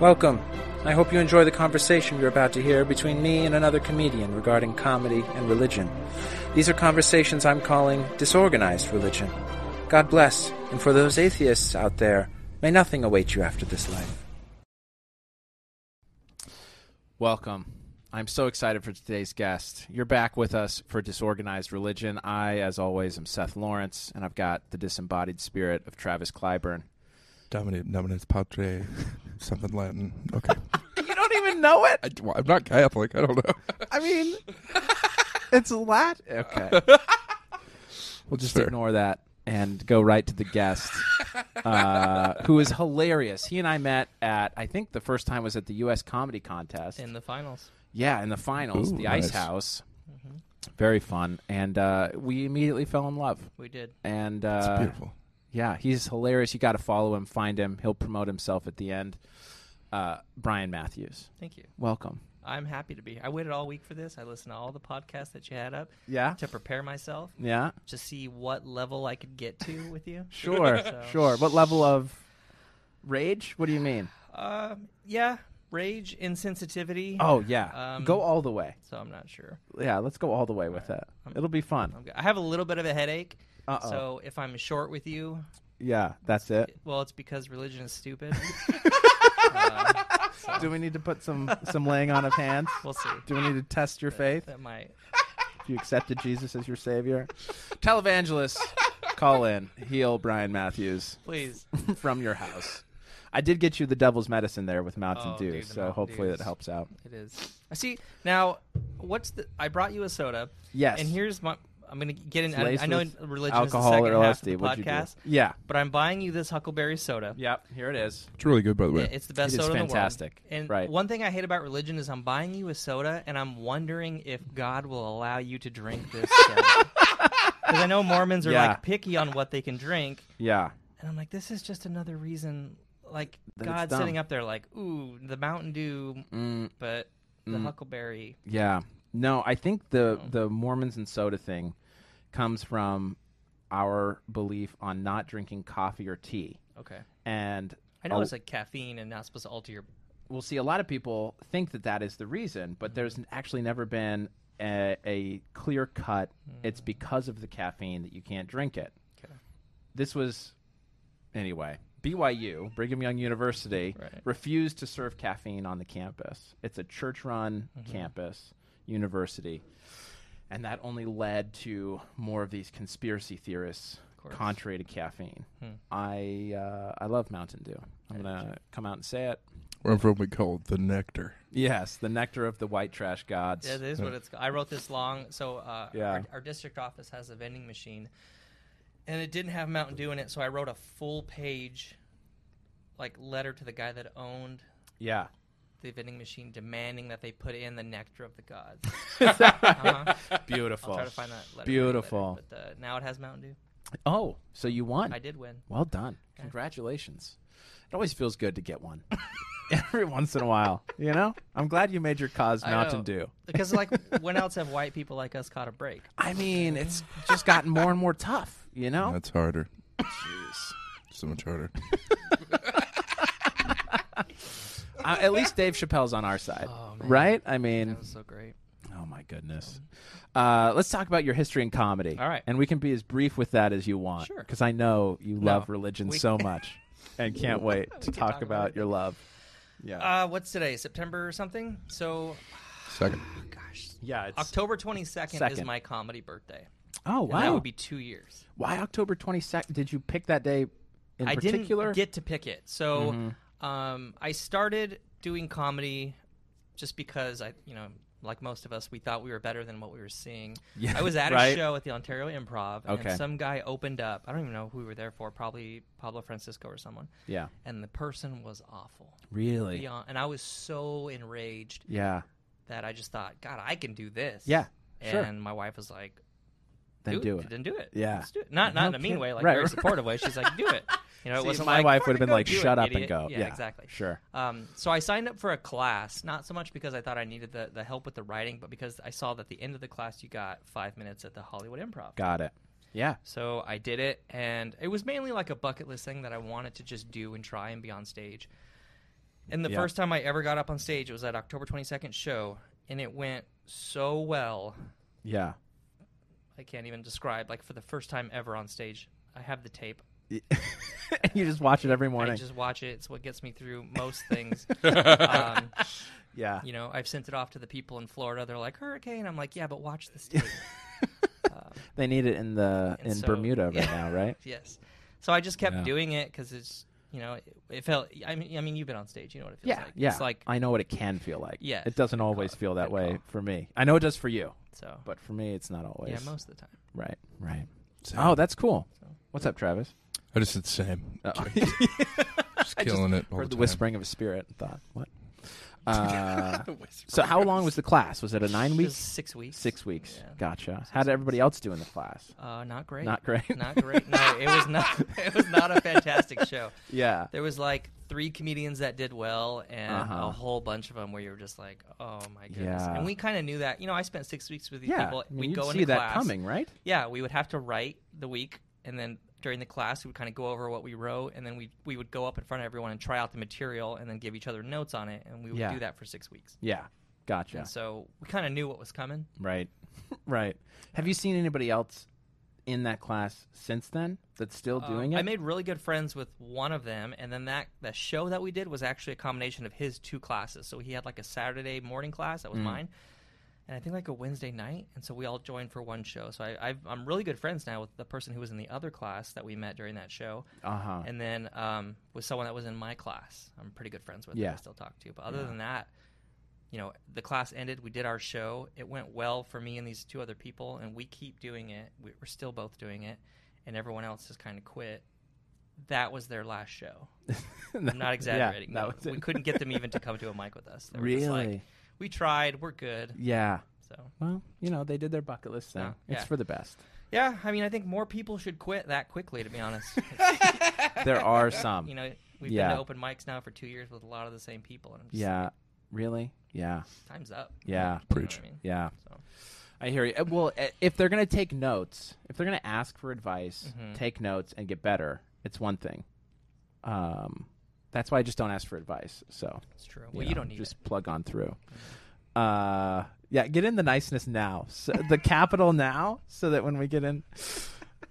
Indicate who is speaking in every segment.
Speaker 1: Welcome. I hope you enjoy the conversation you're about to hear between me and another comedian regarding comedy and religion. These are conversations I'm calling disorganized religion. God bless, and for those atheists out there, may nothing await you after this life.
Speaker 2: Welcome. I'm so excited for today's guest. You're back with us for Disorganized Religion. I, as always, am Seth Lawrence, and I've got the disembodied spirit of Travis Clyburn.
Speaker 3: Dominate, dominus patre, something Latin. Okay.
Speaker 2: You don't even know it?
Speaker 3: I, well, I'm not Catholic. I don't know.
Speaker 2: I mean, it's lat. Okay. We'll just
Speaker 3: Sure.
Speaker 2: ignore that and go right to the guest, uh, who is hilarious. He and I met at, I think the first time was at the U.S. Comedy Contest.
Speaker 4: in the finals.
Speaker 2: yeah, in the finals,
Speaker 3: Ooh,
Speaker 2: the Ice
Speaker 3: nice.
Speaker 2: House. Very fun. And uh, we immediately fell in love.
Speaker 4: We did.
Speaker 2: And
Speaker 3: It's
Speaker 2: uh,
Speaker 3: beautiful.
Speaker 2: yeah, he's hilarious. You got to follow him, find him. He'll promote himself at the end. Uh, Brian Matthews,
Speaker 4: Thank you.
Speaker 2: welcome.
Speaker 4: I'm happy to be. here. I waited all week for this. I listened to all the podcasts that you had up
Speaker 2: Yeah,
Speaker 4: to prepare myself
Speaker 2: yeah,
Speaker 4: to see what level I could get to with you.
Speaker 2: sure,
Speaker 4: So-
Speaker 2: sure. What level of rage? What do you mean?
Speaker 4: Um, yeah, rage, insensitivity.
Speaker 2: Oh yeah,
Speaker 4: Um,
Speaker 2: go all the way.
Speaker 4: So I'm not sure.
Speaker 2: Yeah, let's go all the way with that. It'll be fun.
Speaker 4: I'm go- I have a little bit of a headache.
Speaker 2: Uh-oh.
Speaker 4: So if I'm short with you,
Speaker 2: Yeah, that's it.
Speaker 4: well, it's because religion is stupid. Uh,
Speaker 2: Do we need to put some some laying on of hands?
Speaker 4: We'll see.
Speaker 2: Do we need to test your faith?
Speaker 4: That might.
Speaker 2: If you accepted Jesus as your savior, televangelist, call in, heal Brian Matthews.
Speaker 4: Please.
Speaker 2: from your house. I did get you the devil's medicine there with Mountain
Speaker 4: Oh,
Speaker 2: Dew,
Speaker 4: dude, the
Speaker 2: so
Speaker 4: Mountain
Speaker 2: hopefully
Speaker 4: Dews.
Speaker 2: that helps out.
Speaker 4: It is. I see. Now, what's the? I brought you a soda.
Speaker 2: Yes.
Speaker 4: And here's my. I'm gonna get in. I,
Speaker 2: Laced
Speaker 4: I know
Speaker 2: with
Speaker 4: religion
Speaker 2: Alcohol
Speaker 4: is
Speaker 2: or
Speaker 4: the second half of the
Speaker 2: LSD? What'd you do?
Speaker 4: podcast,
Speaker 2: Yeah.
Speaker 4: but I'm buying you this Huckleberry soda.
Speaker 2: Yep. Here it is.
Speaker 3: It's really good, by the way.
Speaker 4: It's the best
Speaker 2: It is
Speaker 4: soda
Speaker 2: fantastic.
Speaker 4: in the world. And
Speaker 2: Right.
Speaker 4: one thing I hate about religion is I'm buying you a soda, and I'm wondering if God will allow you to drink this. Because I know Mormons are
Speaker 2: Yeah.
Speaker 4: like picky on what they can drink,
Speaker 2: Yeah.
Speaker 4: and I'm like, this is just another reason, like
Speaker 2: That it's
Speaker 4: God's
Speaker 2: dumb. Mm.
Speaker 4: sitting up there, like, ooh, the Mountain Dew, but the Huckleberry.
Speaker 2: Yeah. No, I think the the Mormons and soda thing comes from our belief on not drinking coffee or tea,
Speaker 4: Okay.
Speaker 2: and
Speaker 4: I know
Speaker 2: a-
Speaker 4: it's like caffeine and not supposed to alter your.
Speaker 2: we'll see a lot of people think that that is the reason,
Speaker 4: Mm-hmm.
Speaker 2: but there's n- actually never been a, a clear cut. It's because of the caffeine that you can't drink it.
Speaker 4: Mm. Okay.
Speaker 2: This was, anyway, BYU, Brigham Young University,
Speaker 4: Right.
Speaker 2: refused to serve caffeine on the campus. It's a church run
Speaker 4: Mm-hmm.
Speaker 2: campus university. And that only led to more of these conspiracy theorists
Speaker 4: course. Hmm.
Speaker 2: contrary to caffeine. I uh, I love Mountain Dew. I'm gonna come out and say it.
Speaker 3: Where I'm from, we call it the nectar.
Speaker 2: Yes, the nectar of the white trash gods.
Speaker 4: That is what it's. I wrote this long. So uh,
Speaker 2: Yeah.
Speaker 4: our, our district office has a vending machine, and it didn't have Mountain Dew in it. So I wrote a full page, like letter to the guy that owned
Speaker 2: yeah.
Speaker 4: the vending machine, demanding that they put in the nectar of the gods. I'll
Speaker 2: Beautiful.
Speaker 4: try to find that letter.
Speaker 2: Uh-huh. Beautiful.
Speaker 4: Later, but uh, now it has Mountain Dew.
Speaker 2: Oh, so you won.
Speaker 4: I did win.
Speaker 2: Well done. Congratulations. It always feels good to get one. Every once in a while, you know? I'm glad you made your cause
Speaker 4: I
Speaker 2: Mountain
Speaker 4: know.
Speaker 2: Dew.
Speaker 4: Because like, when else have white people like us caught a break?
Speaker 2: I mean, it's just gotten more and more tough, you know?
Speaker 3: That's harder.
Speaker 2: Jeez.
Speaker 3: So much harder.
Speaker 2: Uh, at least Dave Chappelle's on our side, right? I mean,
Speaker 4: Oh, That was so great.
Speaker 2: oh my goodness. Uh, let's talk about your history in comedy.
Speaker 4: mm-hmm. All right.
Speaker 2: And we can be as brief with that as you want.
Speaker 4: Sure.
Speaker 2: Because I know you love religion
Speaker 4: we-
Speaker 2: so much and can't wait to
Speaker 4: can
Speaker 2: talk,
Speaker 4: talk about
Speaker 2: about
Speaker 4: it.
Speaker 2: your love. Yeah.
Speaker 4: Uh, what's today? September something. So,
Speaker 3: Second.
Speaker 4: gosh,
Speaker 2: yeah. It's,
Speaker 4: October twenty second is
Speaker 2: Second.
Speaker 4: my comedy birthday.
Speaker 2: oh,
Speaker 4: And
Speaker 2: wow.
Speaker 4: That would be two years.
Speaker 2: Why October 22nd? Did you pick that day in
Speaker 4: I
Speaker 2: particular? Mm-hmm.
Speaker 4: didn't get to pick it. So um, I started doing comedy just because I, you know, like most of us, we thought we were better than what we were seeing.
Speaker 2: Yeah,
Speaker 4: I was at
Speaker 2: right.
Speaker 4: a show at the Ontario Improv,
Speaker 2: Okay.
Speaker 4: and some guy opened up. I don't even know who we were there for, probably Pablo Francisco or someone.
Speaker 2: yeah.
Speaker 4: And the person was awful.
Speaker 2: Really? Yeah.
Speaker 4: Beyond, and I was so enraged
Speaker 2: yeah.
Speaker 4: that I just thought, God, I can do this.
Speaker 2: Yeah,
Speaker 4: And
Speaker 2: sure.
Speaker 4: my wife was like,
Speaker 2: Then
Speaker 4: Dude,
Speaker 2: do it.
Speaker 4: Then do it.
Speaker 2: Yeah.
Speaker 4: Let's do it. Not not in a mean
Speaker 2: kidding.
Speaker 4: way, like
Speaker 2: Right,
Speaker 4: very
Speaker 2: right.
Speaker 4: supportive way. She's like, do it. You know, it
Speaker 2: See,
Speaker 4: wasn't
Speaker 2: my
Speaker 4: like,
Speaker 2: wife
Speaker 4: "Way
Speaker 2: would have
Speaker 4: to
Speaker 2: been
Speaker 4: go,
Speaker 2: like,
Speaker 4: do
Speaker 2: "Shut
Speaker 4: it,
Speaker 2: up and
Speaker 4: idiot."
Speaker 2: go."
Speaker 4: Yeah,
Speaker 2: Yeah,
Speaker 4: exactly.
Speaker 2: sure.
Speaker 4: Um, so I signed up for a class, not so much because I thought I needed the, the help with the writing, but because I saw that the end of the class you got five minutes at the Hollywood Improv.
Speaker 2: Got it. Yeah.
Speaker 4: So I did it, and it was mainly like a bucket list thing that I wanted to just do and try and be on stage. And the
Speaker 2: Yeah.
Speaker 4: first time I ever got up on stage, it was that October 22nd show, and it went so well.
Speaker 2: Yeah.
Speaker 4: I can't even describe. Like for the first time ever on stage, I have the tape.
Speaker 2: you just watch it every morning.
Speaker 4: I just watch it. It's what gets me through most things. um,
Speaker 2: yeah.
Speaker 4: you know, I've sent it off to the people in Florida. They're like, "Hurricane." I'm like, "Yeah, but watch this tape." um,
Speaker 2: They need it in the
Speaker 4: And
Speaker 2: in
Speaker 4: so-
Speaker 2: Bermuda right
Speaker 4: yeah.
Speaker 2: now, right?
Speaker 4: yes. So I just kept
Speaker 2: Yeah.
Speaker 4: doing it because it's you know it, it felt. I mean, I mean, you've been on stage. You know what it feels like.
Speaker 2: yeah.
Speaker 4: It's like
Speaker 2: I know what it can feel like.
Speaker 4: Yeah,
Speaker 2: It doesn't
Speaker 4: good
Speaker 2: always
Speaker 4: call,
Speaker 2: feel that
Speaker 4: good
Speaker 2: way
Speaker 4: call.
Speaker 2: for me. I know it does for you,
Speaker 4: so.
Speaker 2: but for me, it's not always.
Speaker 4: yeah, most of the time.
Speaker 2: Right. Right.
Speaker 3: Same.
Speaker 2: Oh, that's cool.
Speaker 4: So.
Speaker 2: What's up, Travis?
Speaker 3: I just said same.
Speaker 2: Oh.
Speaker 3: Just killing it. All
Speaker 2: Heard the
Speaker 3: time.
Speaker 2: whispering of a spirit. and Thought what? Uh, so how long was the class? Was it a nine
Speaker 4: It was
Speaker 2: weeks?
Speaker 4: Six weeks.
Speaker 2: Six weeks.
Speaker 4: Yeah.
Speaker 2: Gotcha.
Speaker 4: Six
Speaker 2: how did everybody else do in the class?
Speaker 4: Uh, not great.
Speaker 2: Not great.
Speaker 4: Not great. No, it was not. It was not a fantastic show.
Speaker 2: yeah.
Speaker 4: There was like three comedians that did well, and
Speaker 2: Uh-huh.
Speaker 4: a whole bunch of them where you were just like, "Oh my goodness!"
Speaker 2: Yeah.
Speaker 4: And we kind of knew that. You know, I spent six weeks with these
Speaker 2: Yeah.
Speaker 4: people.
Speaker 2: I mean,
Speaker 4: We'd
Speaker 2: you'd
Speaker 4: go
Speaker 2: see
Speaker 4: into
Speaker 2: that
Speaker 4: class.
Speaker 2: coming, right?
Speaker 4: Yeah, we would have to write the week, and then during the class, we would kind of go over what we wrote, and then we we would go up in front of everyone and try out the material, and then give each other notes on it, and we would
Speaker 2: Yeah.
Speaker 4: do that for six weeks.
Speaker 2: Yeah. Gotcha.
Speaker 4: And so we kind of knew what was coming.
Speaker 2: Right. right. Have you seen anybody else in that class since then that's still
Speaker 4: Uh,
Speaker 2: doing it?
Speaker 4: I made really good friends with one of them, and then that the show that we did was actually a combination of his two classes. So he had like a Saturday morning class that was
Speaker 2: Mm.
Speaker 4: mine, and I think like a Wednesday night, and so we all joined for one show. So I, I've, I'm really good friends now with the person who was in the other class that we met during that show,
Speaker 2: uh-huh.
Speaker 4: and then um, with someone that was in my class. I'm pretty good friends with.
Speaker 2: Yeah.
Speaker 4: that I still talk to, but other
Speaker 2: Yeah.
Speaker 4: than that. You know, the class ended. We did our show. It went well for me and these two other people, and we keep doing it. We- We're still both doing it, and everyone else has kind of quit. That was their last show. I'm not exaggerating.
Speaker 2: Yeah,
Speaker 4: no.
Speaker 2: that was
Speaker 4: we
Speaker 2: it.
Speaker 4: couldn't get them even to come to a mic with us. They were
Speaker 2: really?
Speaker 4: just like, we tried. We're good.
Speaker 2: yeah.
Speaker 4: So
Speaker 2: Well, you know, they did their bucket list thing.
Speaker 4: Yeah,
Speaker 2: It's
Speaker 4: Oh, yeah.
Speaker 2: for the best.
Speaker 4: yeah, I mean, I think more people should quit that quickly. To be honest,
Speaker 2: There are some.
Speaker 4: you know, we've
Speaker 2: Yeah.
Speaker 4: been to open mics now for two years with a lot of the same people, and I'm just yeah.
Speaker 2: yeah. Really? Yeah.
Speaker 4: time's up.
Speaker 2: Yeah.
Speaker 4: You know what
Speaker 3: Preach.
Speaker 4: I mean?
Speaker 2: Yeah.
Speaker 4: So,
Speaker 2: I hear you. Uh, Well, uh, if they're going to take notes, if they're going to ask for advice,
Speaker 4: Mhm.
Speaker 2: take notes and get better, it's one thing. Um, that's why I just don't ask for advice. So,
Speaker 4: it's true.
Speaker 2: you
Speaker 4: Well, you,
Speaker 2: know,
Speaker 4: don't need
Speaker 2: just
Speaker 4: it.
Speaker 2: plug on through. Uh, yeah, get in the niceness now. So, the capital now, so that when we get in.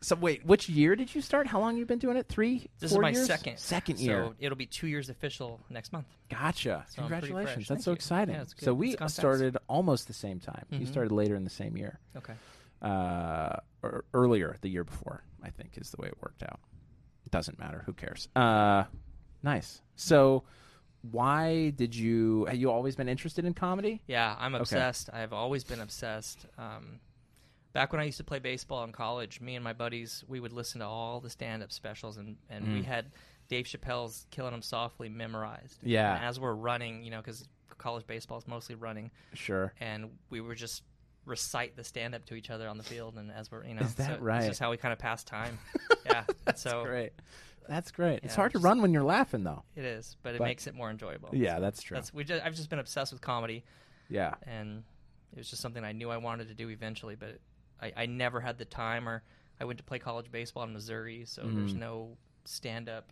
Speaker 2: So wait, which year did you start? How long you been doing it? Three.
Speaker 4: This
Speaker 2: four
Speaker 4: is my
Speaker 2: years?
Speaker 4: second
Speaker 2: Second
Speaker 4: so
Speaker 2: year.
Speaker 4: it'll be two years official next month.
Speaker 2: Gotcha.
Speaker 4: So I'm pretty
Speaker 2: Congratulations.
Speaker 4: fresh.
Speaker 2: That's
Speaker 4: Thank
Speaker 2: so
Speaker 4: you.
Speaker 2: exciting.
Speaker 4: Yeah, it's good.
Speaker 2: so we
Speaker 4: It's gone fast.
Speaker 2: started almost the same time. You
Speaker 4: Mhm.
Speaker 2: started later in the same year.
Speaker 4: Okay.
Speaker 2: Uh, or earlier the year before, I think is the way it worked out. It doesn't matter. Who cares? Uh, nice. So why did you, have you always been interested in comedy?
Speaker 4: Yeah, I'm obsessed. I've always been obsessed. Um, back when I used to play baseball in college, me and my buddies, we would listen to all the stand up specials, and, and we
Speaker 2: Mm.
Speaker 4: had Dave Chappelle's Killing 'Em Softly memorized.
Speaker 2: Yeah.
Speaker 4: And as we're running, you know, because college baseball is mostly running,
Speaker 2: Sure.
Speaker 4: and we were just recite the stand up to each other on the field, and as we're, you know,
Speaker 2: Is that
Speaker 4: so it's
Speaker 2: right?
Speaker 4: just how we kind of pass time. yeah.
Speaker 2: That's
Speaker 4: so
Speaker 2: great. That's great. it's
Speaker 4: Oh. Yeah,
Speaker 2: hard to
Speaker 4: just-
Speaker 2: run when you're laughing though.
Speaker 4: it is, but it
Speaker 2: But-
Speaker 4: makes it more enjoyable.
Speaker 2: Yeah, that's true.
Speaker 4: That's we. Just, I've just been obsessed with comedy.
Speaker 2: yeah.
Speaker 4: and it was just something I knew I wanted to do eventually, but I, I never had the time. Or I went to play college baseball in Missouri, so there's
Speaker 2: Mm.
Speaker 4: no stand up.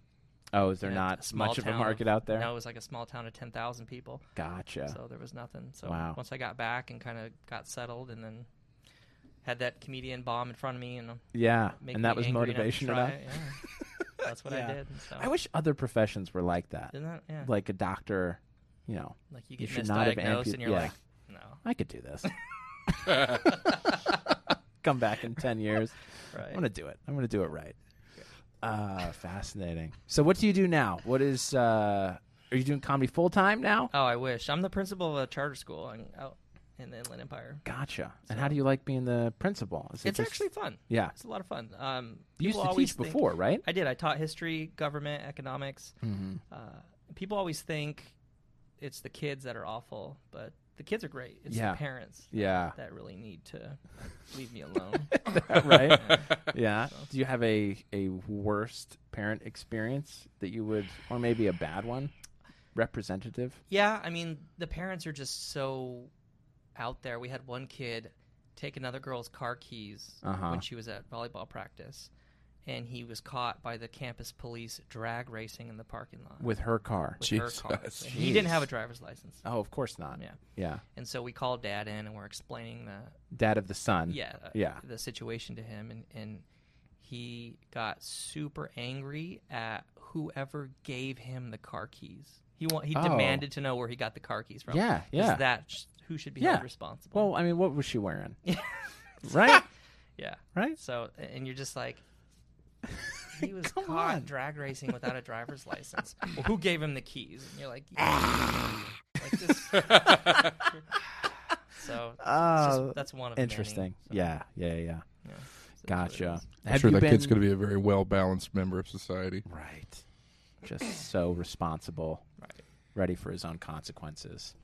Speaker 2: Oh, is there not much of a market out there?
Speaker 4: No, it was like a small town of ten thousand people,
Speaker 2: Gotcha.
Speaker 4: so there was nothing. So
Speaker 2: Wow.
Speaker 4: once I got back and kind of got settled, and then had that comedian bomb in front of me, and
Speaker 2: yeah.
Speaker 4: make
Speaker 2: And that
Speaker 4: me
Speaker 2: was
Speaker 4: angry
Speaker 2: motivation
Speaker 4: enough.
Speaker 2: enough.
Speaker 4: to try it, yeah. That's what
Speaker 2: Yeah.
Speaker 4: I did. So.
Speaker 2: I wish other professions were like that.
Speaker 4: Isn't that yeah? Like,
Speaker 2: Like a doctor, you know,
Speaker 4: you
Speaker 2: you
Speaker 4: get
Speaker 2: should not have
Speaker 4: misdiagnosed,
Speaker 2: ampu-
Speaker 4: and you're
Speaker 2: yeah.
Speaker 4: like, no,
Speaker 2: I could do this. Come back in 10 years. I'm
Speaker 4: right?
Speaker 2: going to do it. I'm going to do it right. Uh, fascinating. So, what do you do now? What is, uh, are you doing comedy full time now?
Speaker 4: Oh, I wish. I'm the principal of a charter school in, out in the Inland Empire.
Speaker 2: Gotcha. And how do you like being the principal? Is it
Speaker 4: It's
Speaker 2: just-
Speaker 4: actually fun.
Speaker 2: yeah.
Speaker 4: It's a lot of fun. Um,
Speaker 2: You used
Speaker 4: people
Speaker 2: to
Speaker 4: always
Speaker 2: teach
Speaker 4: think-
Speaker 2: before, right?
Speaker 4: I did. I taught history, government, economics.
Speaker 2: Mm-hmm.
Speaker 4: Uh, people always think it's the kids that are awful, but the kids are great. It's
Speaker 2: Yeah.
Speaker 4: the parents
Speaker 2: Yeah.
Speaker 4: that really need to leave me alone.
Speaker 2: right? Yeah. Do you have a a worst parent experience that you would, or maybe a bad one, representative?
Speaker 4: yeah, I mean, the parents are just so out there. We had one kid take another girl's car keys
Speaker 2: Uh-huh.
Speaker 4: when she was at volleyball practice. and he was caught by the campus police drag racing in the parking lot
Speaker 2: with her car.
Speaker 4: with her car.
Speaker 3: Jesus.
Speaker 4: And He didn't have a driver's license.
Speaker 2: Oh, of course not.
Speaker 4: Yeah.
Speaker 2: Yeah.
Speaker 4: And so we called dad in and we're explaining the
Speaker 2: Dad of the son.
Speaker 4: yeah, uh,
Speaker 2: Yeah.
Speaker 4: the situation to him and and he got super angry at whoever gave him the car keys. He want, he
Speaker 2: Oh.
Speaker 4: demanded to know where he got the car keys from.
Speaker 2: Yeah,
Speaker 4: 'Cause
Speaker 2: yeah.
Speaker 4: That's who should be
Speaker 2: Yeah.
Speaker 4: held responsible.
Speaker 2: Well, I mean, what was she wearing? right?
Speaker 4: yeah.
Speaker 2: Right?
Speaker 4: So and you're just like he was
Speaker 2: Come
Speaker 4: caught
Speaker 2: on.
Speaker 4: drag racing without a driver's license. Well, who gave him the keys? And you're like,
Speaker 2: Ah."
Speaker 4: like this. so it's just-
Speaker 2: Oh,
Speaker 4: that's one of many.
Speaker 2: Interesting.
Speaker 4: So,
Speaker 2: Yeah, yeah, yeah.
Speaker 4: yeah. So that's what it
Speaker 2: Gotcha.
Speaker 4: is.
Speaker 3: I'm sure that kid's going to be a very well balanced member of society.
Speaker 2: right. Just so responsible,
Speaker 4: Right.
Speaker 2: ready for his own consequences.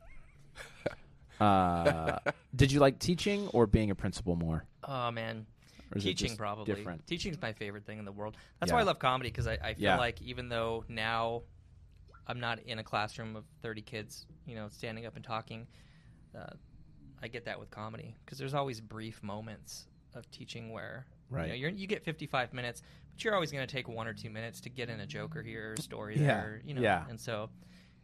Speaker 2: Uh, did you like teaching or being a principal more?
Speaker 4: Oh man,
Speaker 2: Or is it
Speaker 4: teaching
Speaker 2: just
Speaker 4: probably.
Speaker 2: different?
Speaker 4: Teaching's my favorite thing in the world. That's why I
Speaker 2: Yeah.
Speaker 4: love comedy because I, I feel
Speaker 2: Yeah.
Speaker 4: like even though now I'm not in a classroom of 30 kids, you know, standing up and talking, uh, I get that with comedy because there's always brief moments of teaching where you
Speaker 2: Right.
Speaker 4: know, you're, you get 55 minutes, but you're always going to take one or two minutes to get in a joke or hear a story
Speaker 2: Yeah.
Speaker 4: there, you know.
Speaker 2: Yeah.
Speaker 4: And so,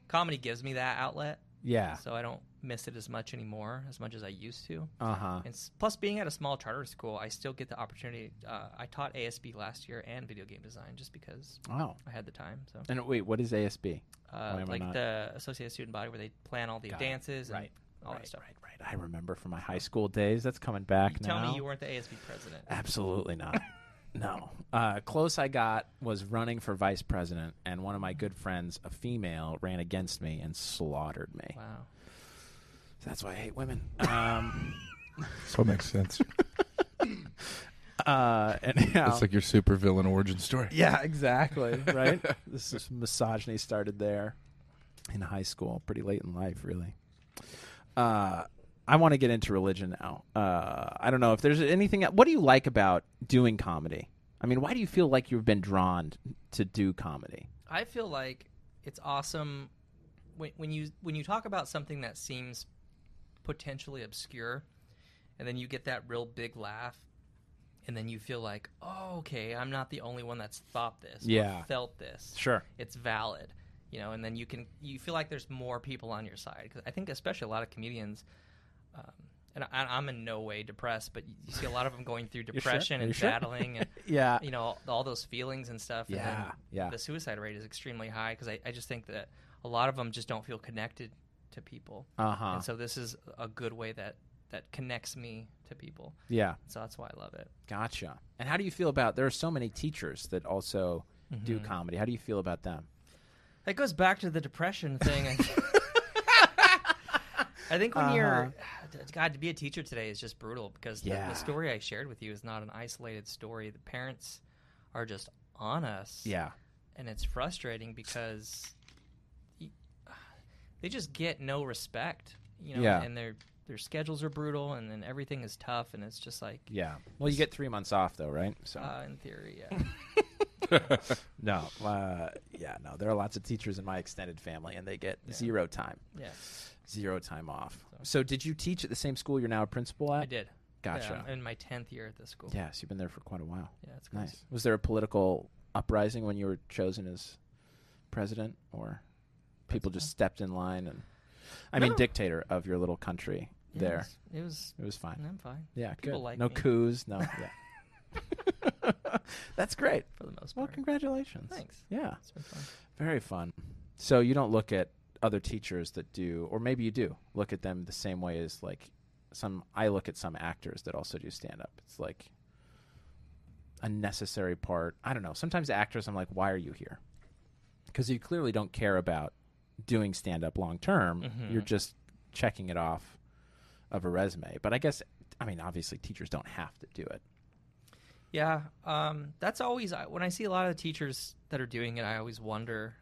Speaker 4: comedy gives me that outlet,
Speaker 2: Yeah.
Speaker 4: so I don't miss it as much anymore as much as I used to.
Speaker 2: Uh huh.
Speaker 4: And s- plus, being at a small charter school, I still get the opportunity. Uh, I taught ASB last year and video game design just because
Speaker 2: Wow.
Speaker 4: I had the time. So,
Speaker 2: Oh. And wait, what is ASB? Why
Speaker 4: uh,
Speaker 2: am I
Speaker 4: like
Speaker 2: not-
Speaker 4: the Associated Student Body, where they plan all the
Speaker 2: Got it.
Speaker 4: dances and
Speaker 2: Right.
Speaker 4: all
Speaker 2: right,
Speaker 4: that stuff.
Speaker 2: right, right. I remember from my high school days. That's coming back
Speaker 4: You
Speaker 2: now. Ah.
Speaker 4: tell me you weren't the ASB president.
Speaker 2: Absolutely not. no. Uh, close I got was running for vice president, and one of my good friends, a female, ran against me and slaughtered me.
Speaker 4: Wow.
Speaker 2: That's why I hate women. Um,
Speaker 3: So it makes sense.
Speaker 2: uh, and yeah,
Speaker 3: It's like your super villain origin story.
Speaker 2: yeah, exactly. Right. this is misogyny started there in high school, pretty late in life, really. Uh, I want to get into religion now. Uh, I don't know if there's anything. What do you like about doing comedy? I mean, why do you feel like you've been drawn to do comedy?
Speaker 4: I feel like it's awesome when, when you when you talk about something that seems potentially obscure, and then you get that real big laugh, and then you feel like, oh, okay, I'm not the only one that's thought this, or
Speaker 2: Yeah.
Speaker 4: felt this,
Speaker 2: Sure.
Speaker 4: it's valid, you know, and then you can you feel like there's more people on your side because I think especially a lot of comedians. Um, and I, I'm in no way depressed, but you see a lot of them going through
Speaker 2: sure?
Speaker 4: depression
Speaker 2: Are you
Speaker 4: and
Speaker 2: sure?
Speaker 4: battling, and
Speaker 2: Yeah.
Speaker 4: you know all those feelings and stuff. And then
Speaker 2: Yeah, yeah.
Speaker 4: The suicide rate is extremely high because I, I just think that a lot of them just don't feel connected to people,
Speaker 2: Uh huh.
Speaker 4: and so this is a good way that that connects me to people.
Speaker 2: Yeah.
Speaker 4: So that's why I love it.
Speaker 2: Gotcha. And how do you feel about there are so many teachers that also do
Speaker 4: Mm-hmm.
Speaker 2: comedy? How do you feel about them?
Speaker 4: That goes back to the depression thing. I think, I think when you're, God, to be a teacher today is just brutal because the,
Speaker 2: Uh-huh. Yeah.
Speaker 4: the story I shared with you is not an isolated story. The parents are just on us.
Speaker 2: Yeah.
Speaker 4: and it's frustrating because y- they just get no respect, you know,
Speaker 2: Yeah.
Speaker 4: and their their schedules are brutal, and then everything is tough, and it's just like,
Speaker 2: Yeah. Well, you get three months off though, right? So
Speaker 4: uh, in theory, yeah,
Speaker 2: no. Uh, yeah. No. There are lots of teachers in my extended family, and they get zero time.
Speaker 4: yeah,
Speaker 2: Zero time off. So. did you teach at the same school you're now a principal at?
Speaker 4: I did.
Speaker 2: Gotcha.
Speaker 4: Yeah, I'm in my tenth year at the school.
Speaker 2: Yes, you've been there for quite a while.
Speaker 4: yeah, it's crazy.
Speaker 2: Nice. Was there a political uprising when you were chosen as president, or people just stepped in line and, I mean,
Speaker 4: No.
Speaker 2: dictator of your little country
Speaker 4: Yeah,
Speaker 2: there?
Speaker 4: it was.
Speaker 2: It was
Speaker 4: It
Speaker 2: fine.
Speaker 4: was I'm fine
Speaker 2: Mm. Yeah,
Speaker 4: people
Speaker 2: good.
Speaker 4: like
Speaker 2: no
Speaker 4: me.
Speaker 2: coups. No, yeah. That's great.
Speaker 4: for the most
Speaker 2: Well,
Speaker 4: part.
Speaker 2: congratulations.
Speaker 4: Thanks.
Speaker 2: Yeah,
Speaker 4: It's been fun.
Speaker 2: very fun. So you don't look at other teachers that do, or maybe you do look at them the same way as like some. I look at some actors that also do stand up. It's like a necessary part. I don't know. Sometimes actors, I'm like, why are you here? Because you clearly don't care about doing stand up long term.
Speaker 4: Mm-hmm.
Speaker 2: You're just checking it off of a resume. But I guess, I mean, obviously, teachers don't have to do it.
Speaker 4: Yeah, um, that's always I- when I see a lot of teachers that are doing it. I always wonder,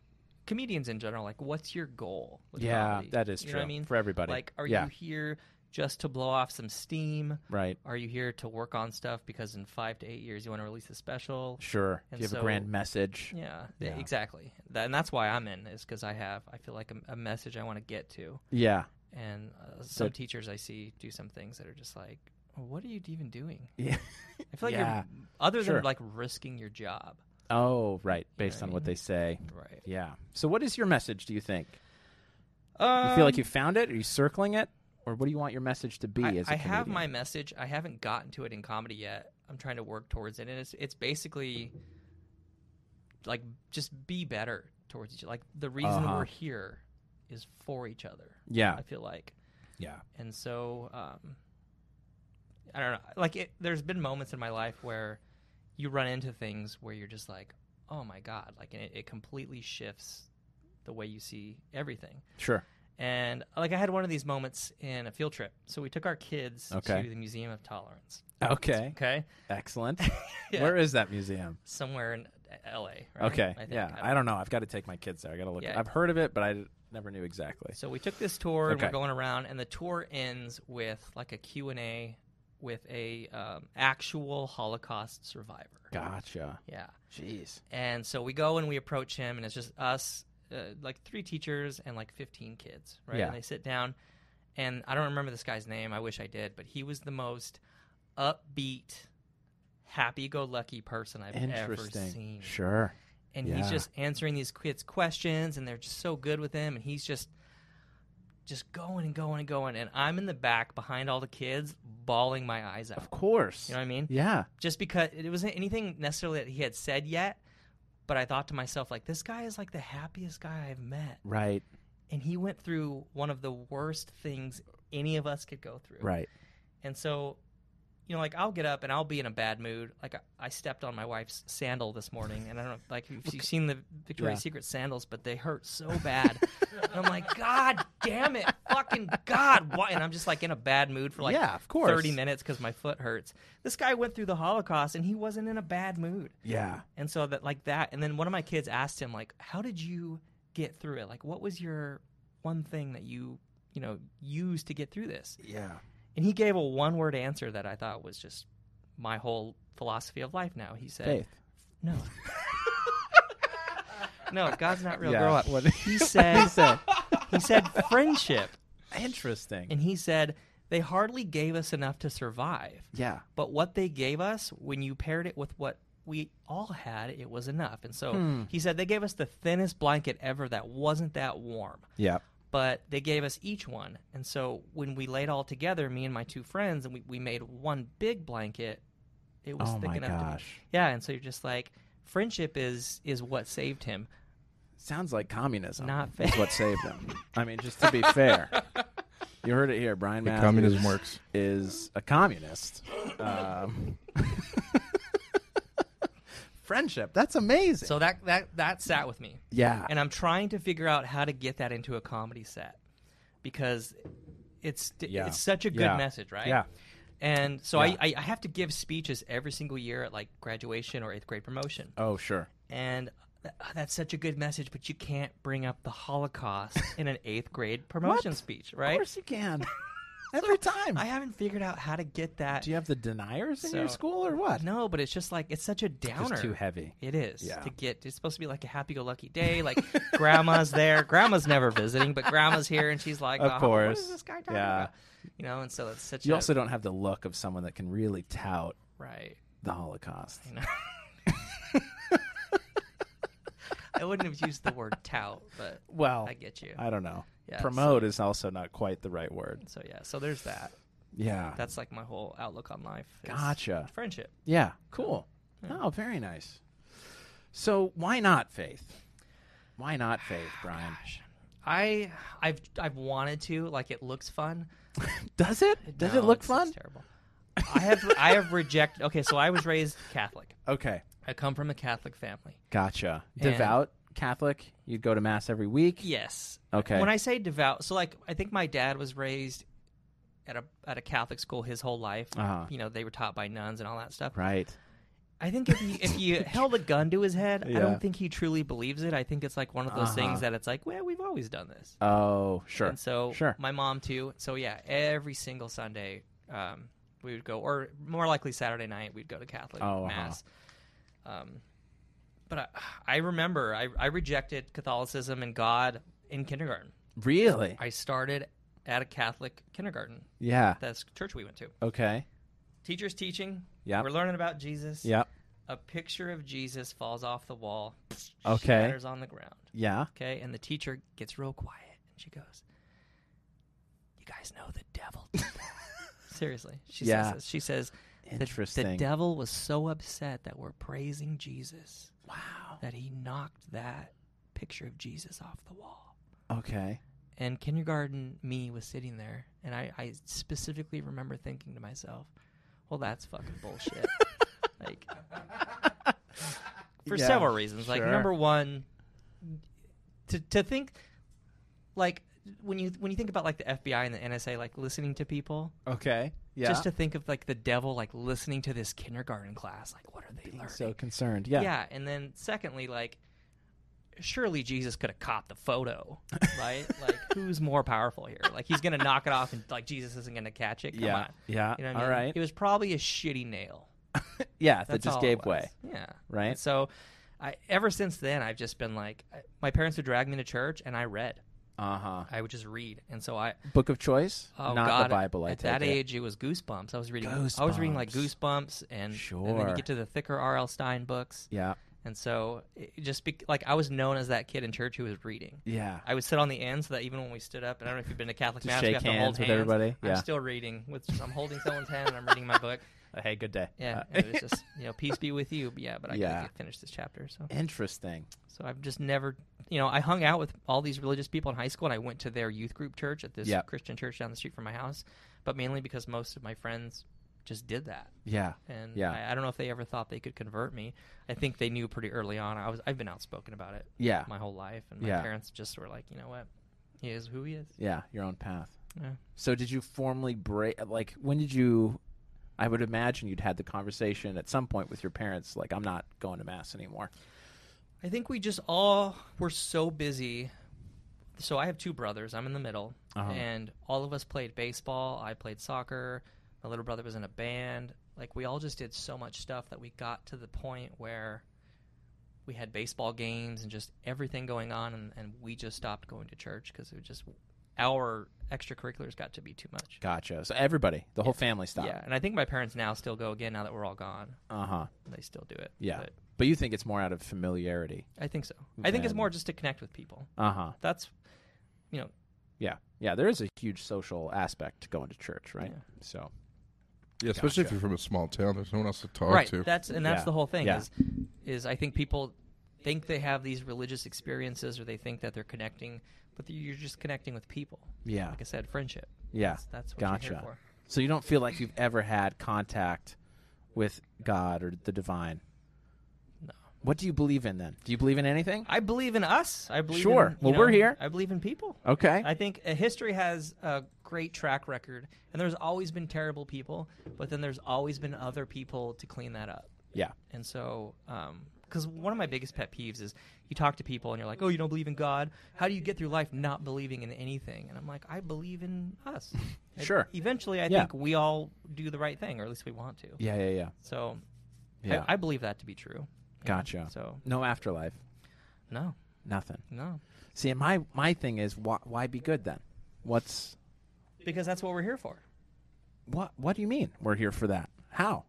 Speaker 4: comedians in general, like, what's your goal? With
Speaker 2: Yeah,
Speaker 4: comedy?
Speaker 2: that is
Speaker 4: You know what I
Speaker 2: true,
Speaker 4: mean,
Speaker 2: for everybody.
Speaker 4: Like, are
Speaker 2: Yeah.
Speaker 4: you here just to blow off some steam?
Speaker 2: Right.
Speaker 4: Are you here to work on stuff because in five to eight years you want to release a special?
Speaker 2: Sure.
Speaker 4: And
Speaker 2: you have a
Speaker 4: so-
Speaker 2: grand message.
Speaker 4: Yeah, th-
Speaker 2: Yeah.
Speaker 4: exactly. That, and that's why I'm in is because I have I feel like a, a message I want to get to.
Speaker 2: Yeah.
Speaker 4: And uh, some
Speaker 2: That-
Speaker 4: teachers I see do some things that are just like, what are you even doing?
Speaker 2: Yeah.
Speaker 4: I feel like
Speaker 2: Yeah.
Speaker 4: you're other
Speaker 2: Sure.
Speaker 4: than like risking your job.
Speaker 2: Oh, right. Based
Speaker 4: what I
Speaker 2: on what
Speaker 4: mean?
Speaker 2: they say.
Speaker 4: Right.
Speaker 2: Yeah. So, what is your message? Do you think you
Speaker 4: Um,
Speaker 2: feel like you found it? Are you circling it, or what do you want your message to be?
Speaker 4: I,
Speaker 2: as a
Speaker 4: I have my
Speaker 2: comedian?
Speaker 4: message. I haven't gotten to it in comedy yet. I'm trying to work towards it, and it's it's basically like just be better towards each other. Like the reason
Speaker 2: Uh-huh.
Speaker 4: we're here is for each other.
Speaker 2: Yeah.
Speaker 4: I feel like,
Speaker 2: Yeah.
Speaker 4: and so um, I don't know. Like it, there's been moments in my life where you run into things where you're just like, oh my god, like and it, it completely shifts the way you see everything.
Speaker 2: Sure.
Speaker 4: And like I had one of these moments in a field trip. So we took our kids
Speaker 2: Okay.
Speaker 4: to the Museum of Tolerance.
Speaker 2: Okay.
Speaker 4: Okay.
Speaker 2: Excellent.
Speaker 4: Yeah.
Speaker 2: Where is that museum?
Speaker 4: Somewhere in LA. Right?
Speaker 2: Okay.
Speaker 4: I think.
Speaker 2: yeah. I don't know. I've got to take my kids there. I got to look.
Speaker 4: Yeah.
Speaker 2: I've heard of it, but I d- never knew exactly.
Speaker 4: So we took this tour and we're
Speaker 2: Okay.
Speaker 4: going around and the tour ends with like a Q&A with a um, actual Holocaust survivor.
Speaker 2: Gotcha.
Speaker 4: Yeah.
Speaker 2: Jeez.
Speaker 4: And so we go and we approach him, and it's just us, uh, like three teachers and like 15 kids, right?
Speaker 2: Yeah.
Speaker 4: And they sit down, and I don't remember this guy's name. I wish I did, but he was the most upbeat, happy go lucky person I've ever
Speaker 2: Interesting.
Speaker 4: seen.
Speaker 2: Sure.
Speaker 4: And
Speaker 2: Yeah.
Speaker 4: he's just answering these kids' questions, and they're just so good with him, and he's just. Just going and going and going, and I'm in the back behind all the kids, bawling my eyes out.
Speaker 2: Of course.
Speaker 4: You know what I mean?
Speaker 2: yeah.
Speaker 4: just because it wasn't anything necessarily that he had said yet but i thought to myself like this guy is like the happiest guy i've met
Speaker 2: Right.
Speaker 4: and he went through one of the worst things any of us could go through
Speaker 2: Right.
Speaker 4: and so you know like i'll get up and i'll be in a bad mood like i, I stepped on my wife's sandal this morning and i don't know like if you've seen the victoria's
Speaker 2: Yeah.
Speaker 4: secret sandals but they hurt so bad and i'm like god damn it fucking god why and i'm just like in a bad mood for like
Speaker 2: Yeah, of course.
Speaker 4: 30 minutes because my foot hurts this guy went through the holocaust and he wasn't in a bad mood
Speaker 2: Yeah.
Speaker 4: and so that like that and then one of my kids asked him like how did you get through it like what was your one thing that you you know used to get through this
Speaker 2: Yeah.
Speaker 4: and he gave a one word answer that I thought was just my whole philosophy of life now. He said,
Speaker 2: Faith.
Speaker 4: No. no, God's not real.
Speaker 2: Yeah.
Speaker 4: Grow up.
Speaker 2: What-
Speaker 4: He said, he said, friendship.
Speaker 2: Interesting.
Speaker 4: And he said, They hardly gave us enough to survive.
Speaker 2: yeah.
Speaker 4: But what they gave us, when you paired it with what we all had, it was enough. And so
Speaker 2: Hmm.
Speaker 4: he said, They gave us the thinnest blanket ever that wasn't that warm
Speaker 2: Yeah.
Speaker 4: but they gave us each one. And so when we laid all together, me and my two friends, and we, we made one big blanket, it was
Speaker 2: Oh
Speaker 4: thick
Speaker 2: my
Speaker 4: enough to be-
Speaker 2: gosh.
Speaker 4: yeah, and so you're just like, friendship is is what saved him.
Speaker 2: Sounds like communism.
Speaker 4: Not
Speaker 2: is
Speaker 4: fair.
Speaker 2: what saved them. I mean, just to be fair, you heard it here. Brian
Speaker 3: Hey,
Speaker 2: Matthews
Speaker 3: communism works.
Speaker 2: is a communist. Um, friendship. That's amazing.
Speaker 4: So that that that sat with me.
Speaker 2: yeah.
Speaker 4: And I'm trying to figure out how to get that into a comedy set because it's
Speaker 2: Yeah.
Speaker 4: it's such a good
Speaker 2: Yeah.
Speaker 4: message, right?
Speaker 2: Yeah.
Speaker 4: And so
Speaker 2: Yeah.
Speaker 4: I, I, I have to give speeches every single year at like graduation or eighth grade promotion.
Speaker 2: oh, sure.
Speaker 4: and th- uh, that's such a good message but you can't bring up the holocaust in an eighth grade promotion speech
Speaker 2: Of
Speaker 4: right
Speaker 2: course you can. Every time.
Speaker 4: i haven't figured out how to get that
Speaker 2: Do you have the deniers in your
Speaker 4: So-
Speaker 2: school or what?
Speaker 4: no but it's just like it's such a downer
Speaker 2: It's too heavy.
Speaker 4: it is
Speaker 2: Yeah.
Speaker 4: to get it's supposed to be like a happy-go-lucky day like grandma's there grandma's never visiting but grandma's here and she's like
Speaker 2: Of
Speaker 4: "Oh, what
Speaker 2: course.
Speaker 4: is this guy talking
Speaker 2: Yeah.
Speaker 4: about you know and so it's such
Speaker 2: You
Speaker 4: a
Speaker 2: also don't have the look of someone that can really tout
Speaker 4: right
Speaker 2: the Holocaust.
Speaker 4: I know. i wouldn't have used the word tout but
Speaker 2: Well,
Speaker 4: i get you
Speaker 2: I don't know.
Speaker 4: Yeah,
Speaker 2: Promote is also not quite the right word.
Speaker 4: so yeah so there's that
Speaker 2: Yeah.
Speaker 4: that's like my whole outlook on life. is
Speaker 2: Gotcha.
Speaker 4: Friendship.
Speaker 2: Yeah. Cool. Oh, very nice. So why not faith? Why not faith, Brian?
Speaker 4: I I've I've wanted to like it looks fun.
Speaker 2: Does it? Does
Speaker 4: No,
Speaker 2: it look
Speaker 4: it's-
Speaker 2: fun?
Speaker 4: It's terrible. I have I have rejected. Okay, so I was raised Catholic.
Speaker 2: Okay.
Speaker 4: I come from a Catholic family.
Speaker 2: Gotcha.
Speaker 4: And-
Speaker 2: Devout Catholic? You'd go to mass every week?
Speaker 4: Yes.
Speaker 2: Okay.
Speaker 4: When I say devout, so like I think my dad was raised at a at a Catholic school his whole life.
Speaker 2: Uh-huh.
Speaker 4: You know, they were taught by nuns and all that stuff.
Speaker 2: Right.
Speaker 4: I think if you if you held a gun to his head, I
Speaker 2: Yeah.
Speaker 4: don't think he truly believes it. I think it's like one of those
Speaker 2: Uh-huh.
Speaker 4: things that it's like, well, we've always done this.
Speaker 2: Oh, sure.
Speaker 4: And so
Speaker 2: sure.
Speaker 4: my mom too. So yeah, every single Sunday um, we would go, or more likely Saturday night we'd go to Catholic
Speaker 2: Oh, uh-huh.
Speaker 4: mass. Um, but I, I remember I, I rejected Catholicism and God in kindergarten.
Speaker 2: really?
Speaker 4: I started at a Catholic kindergarten,
Speaker 2: yeah.
Speaker 4: that's church we went to,
Speaker 2: Okay.
Speaker 4: Teacher's teaching.
Speaker 2: Yep.
Speaker 4: We're learning about Jesus.
Speaker 2: Yeah.
Speaker 4: A picture of Jesus falls off the wall.
Speaker 2: Okay.
Speaker 4: Shatters on the ground.
Speaker 2: Yeah.
Speaker 4: Okay. And the teacher gets real quiet and she goes, You guys know the devil. did that." Seriously. She
Speaker 2: Yeah.
Speaker 4: says this. she says "The- The,
Speaker 2: Interesting.
Speaker 4: devil was so upset that we're praising Jesus
Speaker 2: Wow.
Speaker 4: that he knocked that picture of Jesus off the wall.
Speaker 2: Okay.
Speaker 4: And kindergarten me was sitting there and I, I specifically remember thinking to myself, Well, that's fucking bullshit. like for
Speaker 2: Yeah,
Speaker 4: several reasons. Like
Speaker 2: sure.
Speaker 4: number one, to to think like when you when you think about like the FBI and the NSA like listening to people,
Speaker 2: Okay. Yeah.
Speaker 4: just to think of like the devil like listening to this kindergarten class, like what are they
Speaker 2: Being
Speaker 4: learning?
Speaker 2: so concerned. Yeah.
Speaker 4: and then secondly, like surely Jesus could have copped the photo, right? like who's more powerful here? Like he's gonna knock it off, and like Jesus isn't gonna catch it. Come
Speaker 2: Yeah.
Speaker 4: on.
Speaker 2: Yeah.
Speaker 4: You know what I
Speaker 2: All
Speaker 4: mean?
Speaker 2: right.
Speaker 4: It was probably a shitty nail.
Speaker 2: yeah. That
Speaker 4: That's
Speaker 2: just
Speaker 4: all
Speaker 2: gave
Speaker 4: it was.
Speaker 2: way.
Speaker 4: Yeah.
Speaker 2: Right.
Speaker 4: And so, I ever since then I've just been like, I- my parents would drag me to church and I read.
Speaker 2: Uh huh.
Speaker 4: I would just read, and so I.
Speaker 2: Book of choice.
Speaker 4: Uh-huh. Oh
Speaker 2: Not
Speaker 4: God!
Speaker 2: the Bible. I
Speaker 4: at
Speaker 2: take
Speaker 4: that
Speaker 2: it.
Speaker 4: age, it was Goosebumps. I was reading. I was reading like
Speaker 2: Goosebumps.
Speaker 4: Goosebumps, and, and then
Speaker 2: Sure.
Speaker 4: you get to the thicker R.L. Stein books,
Speaker 2: Yeah.
Speaker 4: and so it it just bec like I was known as that kid in church who was reading.
Speaker 2: Yeah.
Speaker 4: I would sit on the end so that even when we stood up, and I don't know if you've been to Catholic
Speaker 2: Just
Speaker 4: mass, we
Speaker 2: shake
Speaker 4: have to hold
Speaker 2: hands with
Speaker 4: hands.
Speaker 2: everybody,
Speaker 4: I'm
Speaker 2: yeah.
Speaker 4: still reading. With I'm holding someone's hand and I'm reading my book.
Speaker 2: hey, good day.
Speaker 4: Yeah,
Speaker 2: Uh,
Speaker 4: and it was just you know peace be with you. But yeah, but I
Speaker 2: Yeah.
Speaker 4: gotta get- finish this chapter. So
Speaker 2: Interesting.
Speaker 4: so I've just never, you know, I hung out with all these religious people in high school, and I went to their youth group church at this
Speaker 2: Yeah.
Speaker 4: Christian church down the street from my house, but mainly because most of my friends just did that,
Speaker 2: Yeah.
Speaker 4: and
Speaker 2: Yeah.
Speaker 4: I, I don't know if they ever thought they could convert me. I think they knew pretty early on. I was I've been outspoken about it
Speaker 2: Yeah.
Speaker 4: my whole life, and my
Speaker 2: Ah. Yeah.
Speaker 4: parents just were like, you know what, he is who he is.
Speaker 2: Yeah. Your own path.
Speaker 4: Yeah.
Speaker 2: So did you formally break? Like, when did you? I would imagine you'd had the conversation at some point with your parents, like, "I'm not going to mass anymore."
Speaker 4: I think we just all were so busy. So I have two brothers. I'm in the middle,
Speaker 2: Uh-huh.
Speaker 4: and all of us played baseball. I played soccer. My little brother was in a band. Like we all just did so much stuff that we got to the point where we had baseball games and just everything going on, and, and we just stopped going to church because it was just our extracurriculars got to be too much.
Speaker 2: Gotcha. So everybody, the whole family stopped.
Speaker 4: Yeah, and I think my parents now still go again. Now that we're all gone,
Speaker 2: Uh huh.
Speaker 4: they still do it.
Speaker 2: Yeah.
Speaker 4: But
Speaker 2: But you think it's more out of familiarity.
Speaker 4: I think so. I think it's
Speaker 2: Then-
Speaker 4: more just to connect with people.
Speaker 2: Uh huh.
Speaker 4: That's, you know,
Speaker 2: Yeah. Yeah. There is a huge social aspect to going to church, right?
Speaker 4: Yeah.
Speaker 2: So
Speaker 3: Yeah, especially if
Speaker 2: Gotcha.
Speaker 3: you're from a small town. There's no one else to talk
Speaker 4: right
Speaker 3: to.
Speaker 4: that's and that's
Speaker 2: Yeah.
Speaker 4: the whole thing
Speaker 2: Yeah.
Speaker 4: is is i think people think they have these religious experiences or they think that they're connecting but you're just connecting with people
Speaker 2: yeah.
Speaker 4: like i said friendship
Speaker 2: Yeah.
Speaker 4: that's, that's what you're
Speaker 2: Gotcha.
Speaker 4: here for
Speaker 2: So you don't feel like you've ever had contact with God or the divine.
Speaker 4: No.
Speaker 2: What do you believe in then? Do you believe in anything?
Speaker 4: i believe in us i believe
Speaker 2: Sure.
Speaker 4: in, you
Speaker 2: Well, we're
Speaker 4: know,
Speaker 2: here.
Speaker 4: i believe in people
Speaker 2: Okay.
Speaker 4: I think uh, history has a great track record, and there's always been terrible people, but then there's always been other people to clean that up.
Speaker 2: yeah.
Speaker 4: And so, because one of my biggest pet peeves is you talk to people and you're like, oh, you don't believe in God. How do you get through life not believing in anything? And I'm like, I believe in us. Like,
Speaker 2: Sure.
Speaker 4: eventually, I
Speaker 2: Yeah.
Speaker 4: think we all do the right thing, or at least we want to.
Speaker 2: Yeah. Yeah. Yeah.
Speaker 4: So
Speaker 2: Yeah.
Speaker 4: I, I believe that to be true. you know?
Speaker 2: Gotcha.
Speaker 4: So,
Speaker 2: no afterlife.
Speaker 4: no,
Speaker 2: Nothing.
Speaker 4: no.
Speaker 2: See, and my my thing is why why be good then? What's
Speaker 4: Because that's what we're here for.
Speaker 2: what what do you mean? We're here for that. How?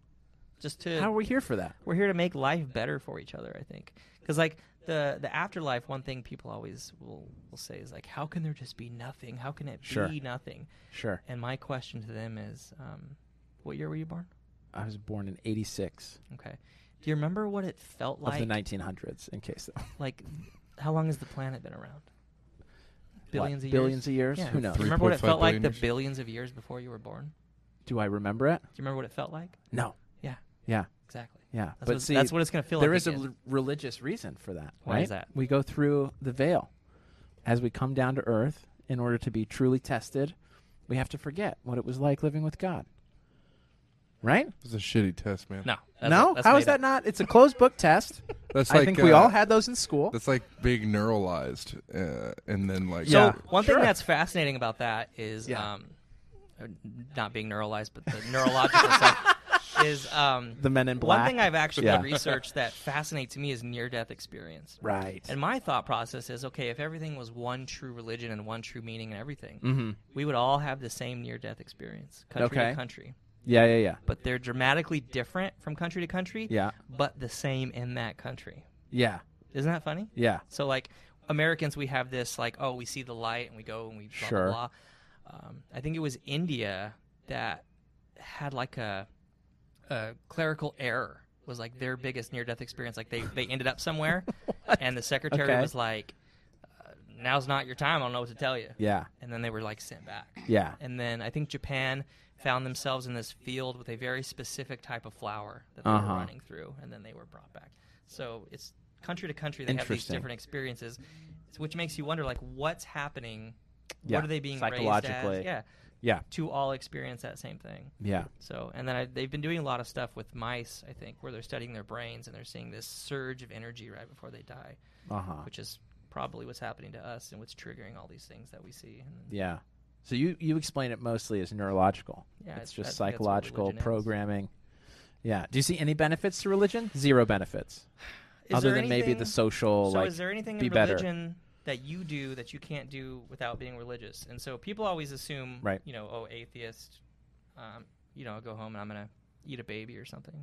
Speaker 4: Just to.
Speaker 2: How are we here for that?
Speaker 4: we're here to make life better for each other i think because like the the afterlife one thing people always will will say is like how can there just be nothing how can it
Speaker 2: Sure.
Speaker 4: be nothing
Speaker 2: Sure.
Speaker 4: and my question to them is um, what year were you born
Speaker 2: I was born in 86
Speaker 4: okay do you remember what it felt like
Speaker 2: of the 1900s, in case. Of,
Speaker 4: like how long has the planet been around billions
Speaker 2: what,
Speaker 4: of
Speaker 2: billions of years?
Speaker 4: years yeah.
Speaker 2: Who knows?
Speaker 4: do you remember what it
Speaker 3: 3.5
Speaker 4: felt like
Speaker 3: billion
Speaker 4: the
Speaker 3: years?
Speaker 4: billions of years before you were born
Speaker 2: Do I remember it?
Speaker 4: do you remember what it felt like
Speaker 2: No.
Speaker 4: yeah
Speaker 2: Yeah.
Speaker 4: exactly
Speaker 2: Yeah.
Speaker 4: that's,
Speaker 2: but
Speaker 4: what,
Speaker 2: see,
Speaker 4: that's what it's going to feel
Speaker 2: there
Speaker 4: like
Speaker 2: is a
Speaker 4: again.
Speaker 2: l- religious reason for that.
Speaker 4: Why
Speaker 2: right?
Speaker 4: is that?
Speaker 2: We go through the veil. As we come down to earth, in order to be truly tested, we have to forget what it was like living with God. Right?
Speaker 3: It's a shitty test, man.
Speaker 4: no that's-
Speaker 2: no?
Speaker 4: that's
Speaker 2: How
Speaker 4: made
Speaker 2: is that
Speaker 4: up.
Speaker 2: not? It's a closed book test.
Speaker 3: That's
Speaker 2: I
Speaker 3: like
Speaker 2: think we all
Speaker 3: uh,
Speaker 2: had those in school.
Speaker 3: That's like being neuralized, uh, and then like
Speaker 4: So
Speaker 2: Yeah.
Speaker 4: one
Speaker 2: Sure.
Speaker 4: thing that's fascinating about that is
Speaker 2: Yeah.
Speaker 4: um, uh, not being neuralized, but the neurological stuff is um,
Speaker 2: The Men in
Speaker 4: One
Speaker 2: Black.
Speaker 4: thing I've actually
Speaker 2: Yeah.
Speaker 4: researched that fascinates me is near-death experience.
Speaker 2: Right.
Speaker 4: And my thought process is, okay, if everything was one true
Speaker 2: Mm. Mm-hmm.
Speaker 4: religion and one true meaning and everything, we would all have the same near-death experience, country
Speaker 2: Okay.
Speaker 4: to country.
Speaker 2: Yeah, yeah, yeah.
Speaker 4: but they're dramatically different from country to country,
Speaker 2: Yeah.
Speaker 4: but the same in that country.
Speaker 2: Yeah.
Speaker 4: Isn't that funny?
Speaker 2: Yeah.
Speaker 4: So like Americans, we have this like, oh, we see the light and we go and we blah
Speaker 2: Sure.
Speaker 4: blah blah. Um, I think it was India that had like a, a clerical error was like their biggest near death experience. Like they they ended up somewhere, and the secretary
Speaker 2: Okay.
Speaker 4: was like, uh, "Now's not your time. I don't know what to tell you."
Speaker 2: Yeah.
Speaker 4: And then they were like sent back.
Speaker 2: Yeah.
Speaker 4: And then I think Japan found themselves in this field with a very specific type of flower that they
Speaker 2: Uh-huh.
Speaker 4: were running through, and then they were brought back. So it's country to country they have these
Speaker 2: Interesting.
Speaker 4: different experiences, which makes you wonder like what's happening,
Speaker 2: Yeah,
Speaker 4: what are they being raised
Speaker 2: psychologically.
Speaker 4: as? Yeah,
Speaker 2: Yeah.
Speaker 4: to all experience that same thing.
Speaker 2: Yeah.
Speaker 4: So and then I, they've been doing a lot of stuff with mice, I think, where they're studying their brains and they're seeing this surge of energy right before they die,
Speaker 2: Uh huh.
Speaker 4: which is probably what's happening to us and what's triggering all these things that we see. And
Speaker 2: Yeah. So you you explain it mostly as neurological.
Speaker 4: Yeah,
Speaker 2: it's just
Speaker 4: I- I think that's what
Speaker 2: psychological
Speaker 4: religion is.
Speaker 2: programming. Yeah. Do you see any benefits to religion? Zero benefits,
Speaker 4: Is
Speaker 2: other
Speaker 4: there
Speaker 2: than maybe the
Speaker 4: anything-
Speaker 2: social.
Speaker 4: so
Speaker 2: like,
Speaker 4: is there anything
Speaker 2: be
Speaker 4: in
Speaker 2: better.
Speaker 4: religion that you do that you can't do without being religious and so people always assume
Speaker 2: Right.
Speaker 4: you know oh atheist um, you know i'll go home and i'm gonna eat a baby or something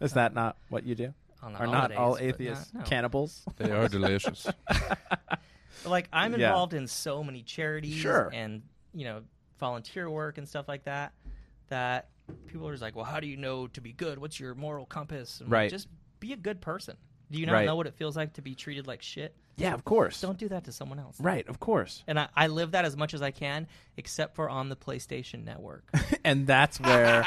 Speaker 2: Is that not what you do?
Speaker 4: on the
Speaker 2: Are not all
Speaker 4: holidays, but
Speaker 2: atheists
Speaker 4: not- no.
Speaker 2: cannibals?
Speaker 3: They are delicious.
Speaker 4: But, like i'm
Speaker 2: Yeah.
Speaker 4: involved in so many charities
Speaker 2: Sure.
Speaker 4: and you know volunteer work and stuff like that that people are just like well how do you know to be good what's your moral compass and I'm like,
Speaker 2: Right.
Speaker 4: just be a good person do you not
Speaker 2: Right.
Speaker 4: know what it feels like to be treated like shit
Speaker 2: Yeah, of course.
Speaker 4: don't do that to someone else
Speaker 2: Right, of course.
Speaker 4: and I, I live that as much as I can, except for on the PlayStation Network.
Speaker 2: and that's where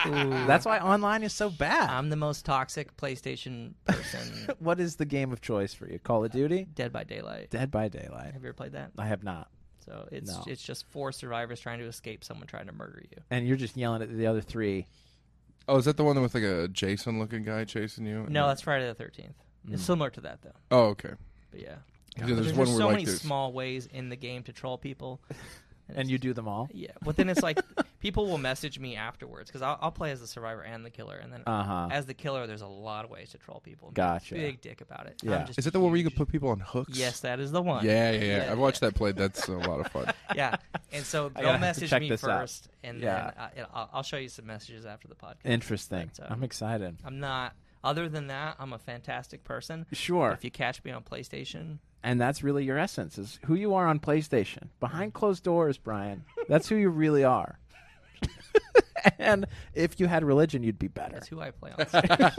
Speaker 2: that's why online is so bad.
Speaker 4: I'm the most toxic PlayStation person.
Speaker 2: what is the game of choice for you? Call of Duty?
Speaker 4: Dead by Daylight.
Speaker 2: Dead by Daylight.
Speaker 4: Have you ever played that?
Speaker 2: I have not.
Speaker 4: So it's
Speaker 2: No.
Speaker 4: it's just four survivors trying to escape someone trying to murder you.
Speaker 2: And you're just yelling at the other three.
Speaker 3: oh, is that the one with like a Jason-looking guy chasing you?
Speaker 4: No, that's Friday the Thirteenth. It's similar to that though.
Speaker 3: Oh, okay.
Speaker 4: But yeah,
Speaker 3: Mm. Yeah,
Speaker 4: But
Speaker 3: there's
Speaker 4: there's
Speaker 3: one
Speaker 4: just
Speaker 3: where
Speaker 4: so
Speaker 3: like
Speaker 4: many
Speaker 3: there's-
Speaker 4: small ways in the game to troll people. it's
Speaker 2: And you do them all.
Speaker 4: Yeah, but then it's like people will message me afterwards because I'll, I'll play as the survivor and the killer, and then
Speaker 3: Uh-huh.
Speaker 2: Uh huh.
Speaker 4: as the killer, there's a lot of ways to troll people. and be a
Speaker 2: Gotcha.
Speaker 4: Big dick about it.
Speaker 2: Yeah.
Speaker 4: I'm just
Speaker 3: Is it the one where you
Speaker 4: huge.
Speaker 3: could put people on hooks?
Speaker 4: Yes, that is the one.
Speaker 3: Yeah, yeah, yeah.
Speaker 4: Yeah,
Speaker 3: I've watched
Speaker 4: yeah.
Speaker 3: that played. That's a lot of fun.
Speaker 4: Yeah, and so
Speaker 2: gotta have
Speaker 4: they'll
Speaker 2: to
Speaker 4: message
Speaker 2: check
Speaker 4: me
Speaker 2: this out.
Speaker 4: first, and
Speaker 2: Yeah.
Speaker 4: then I, I'll, I'll show you some messages after the podcast.
Speaker 2: Interesting.
Speaker 4: But, uh,
Speaker 2: I'm excited.
Speaker 4: I'm not. Other than that, I'm a fantastic person.
Speaker 2: Sure.
Speaker 4: If you catch me on PlayStation,
Speaker 2: And that's really your essence is who you are on PlayStation. Behind closed doors, Brian. That's who you really are. and if you had religion, you'd be better.
Speaker 4: that's who I play on.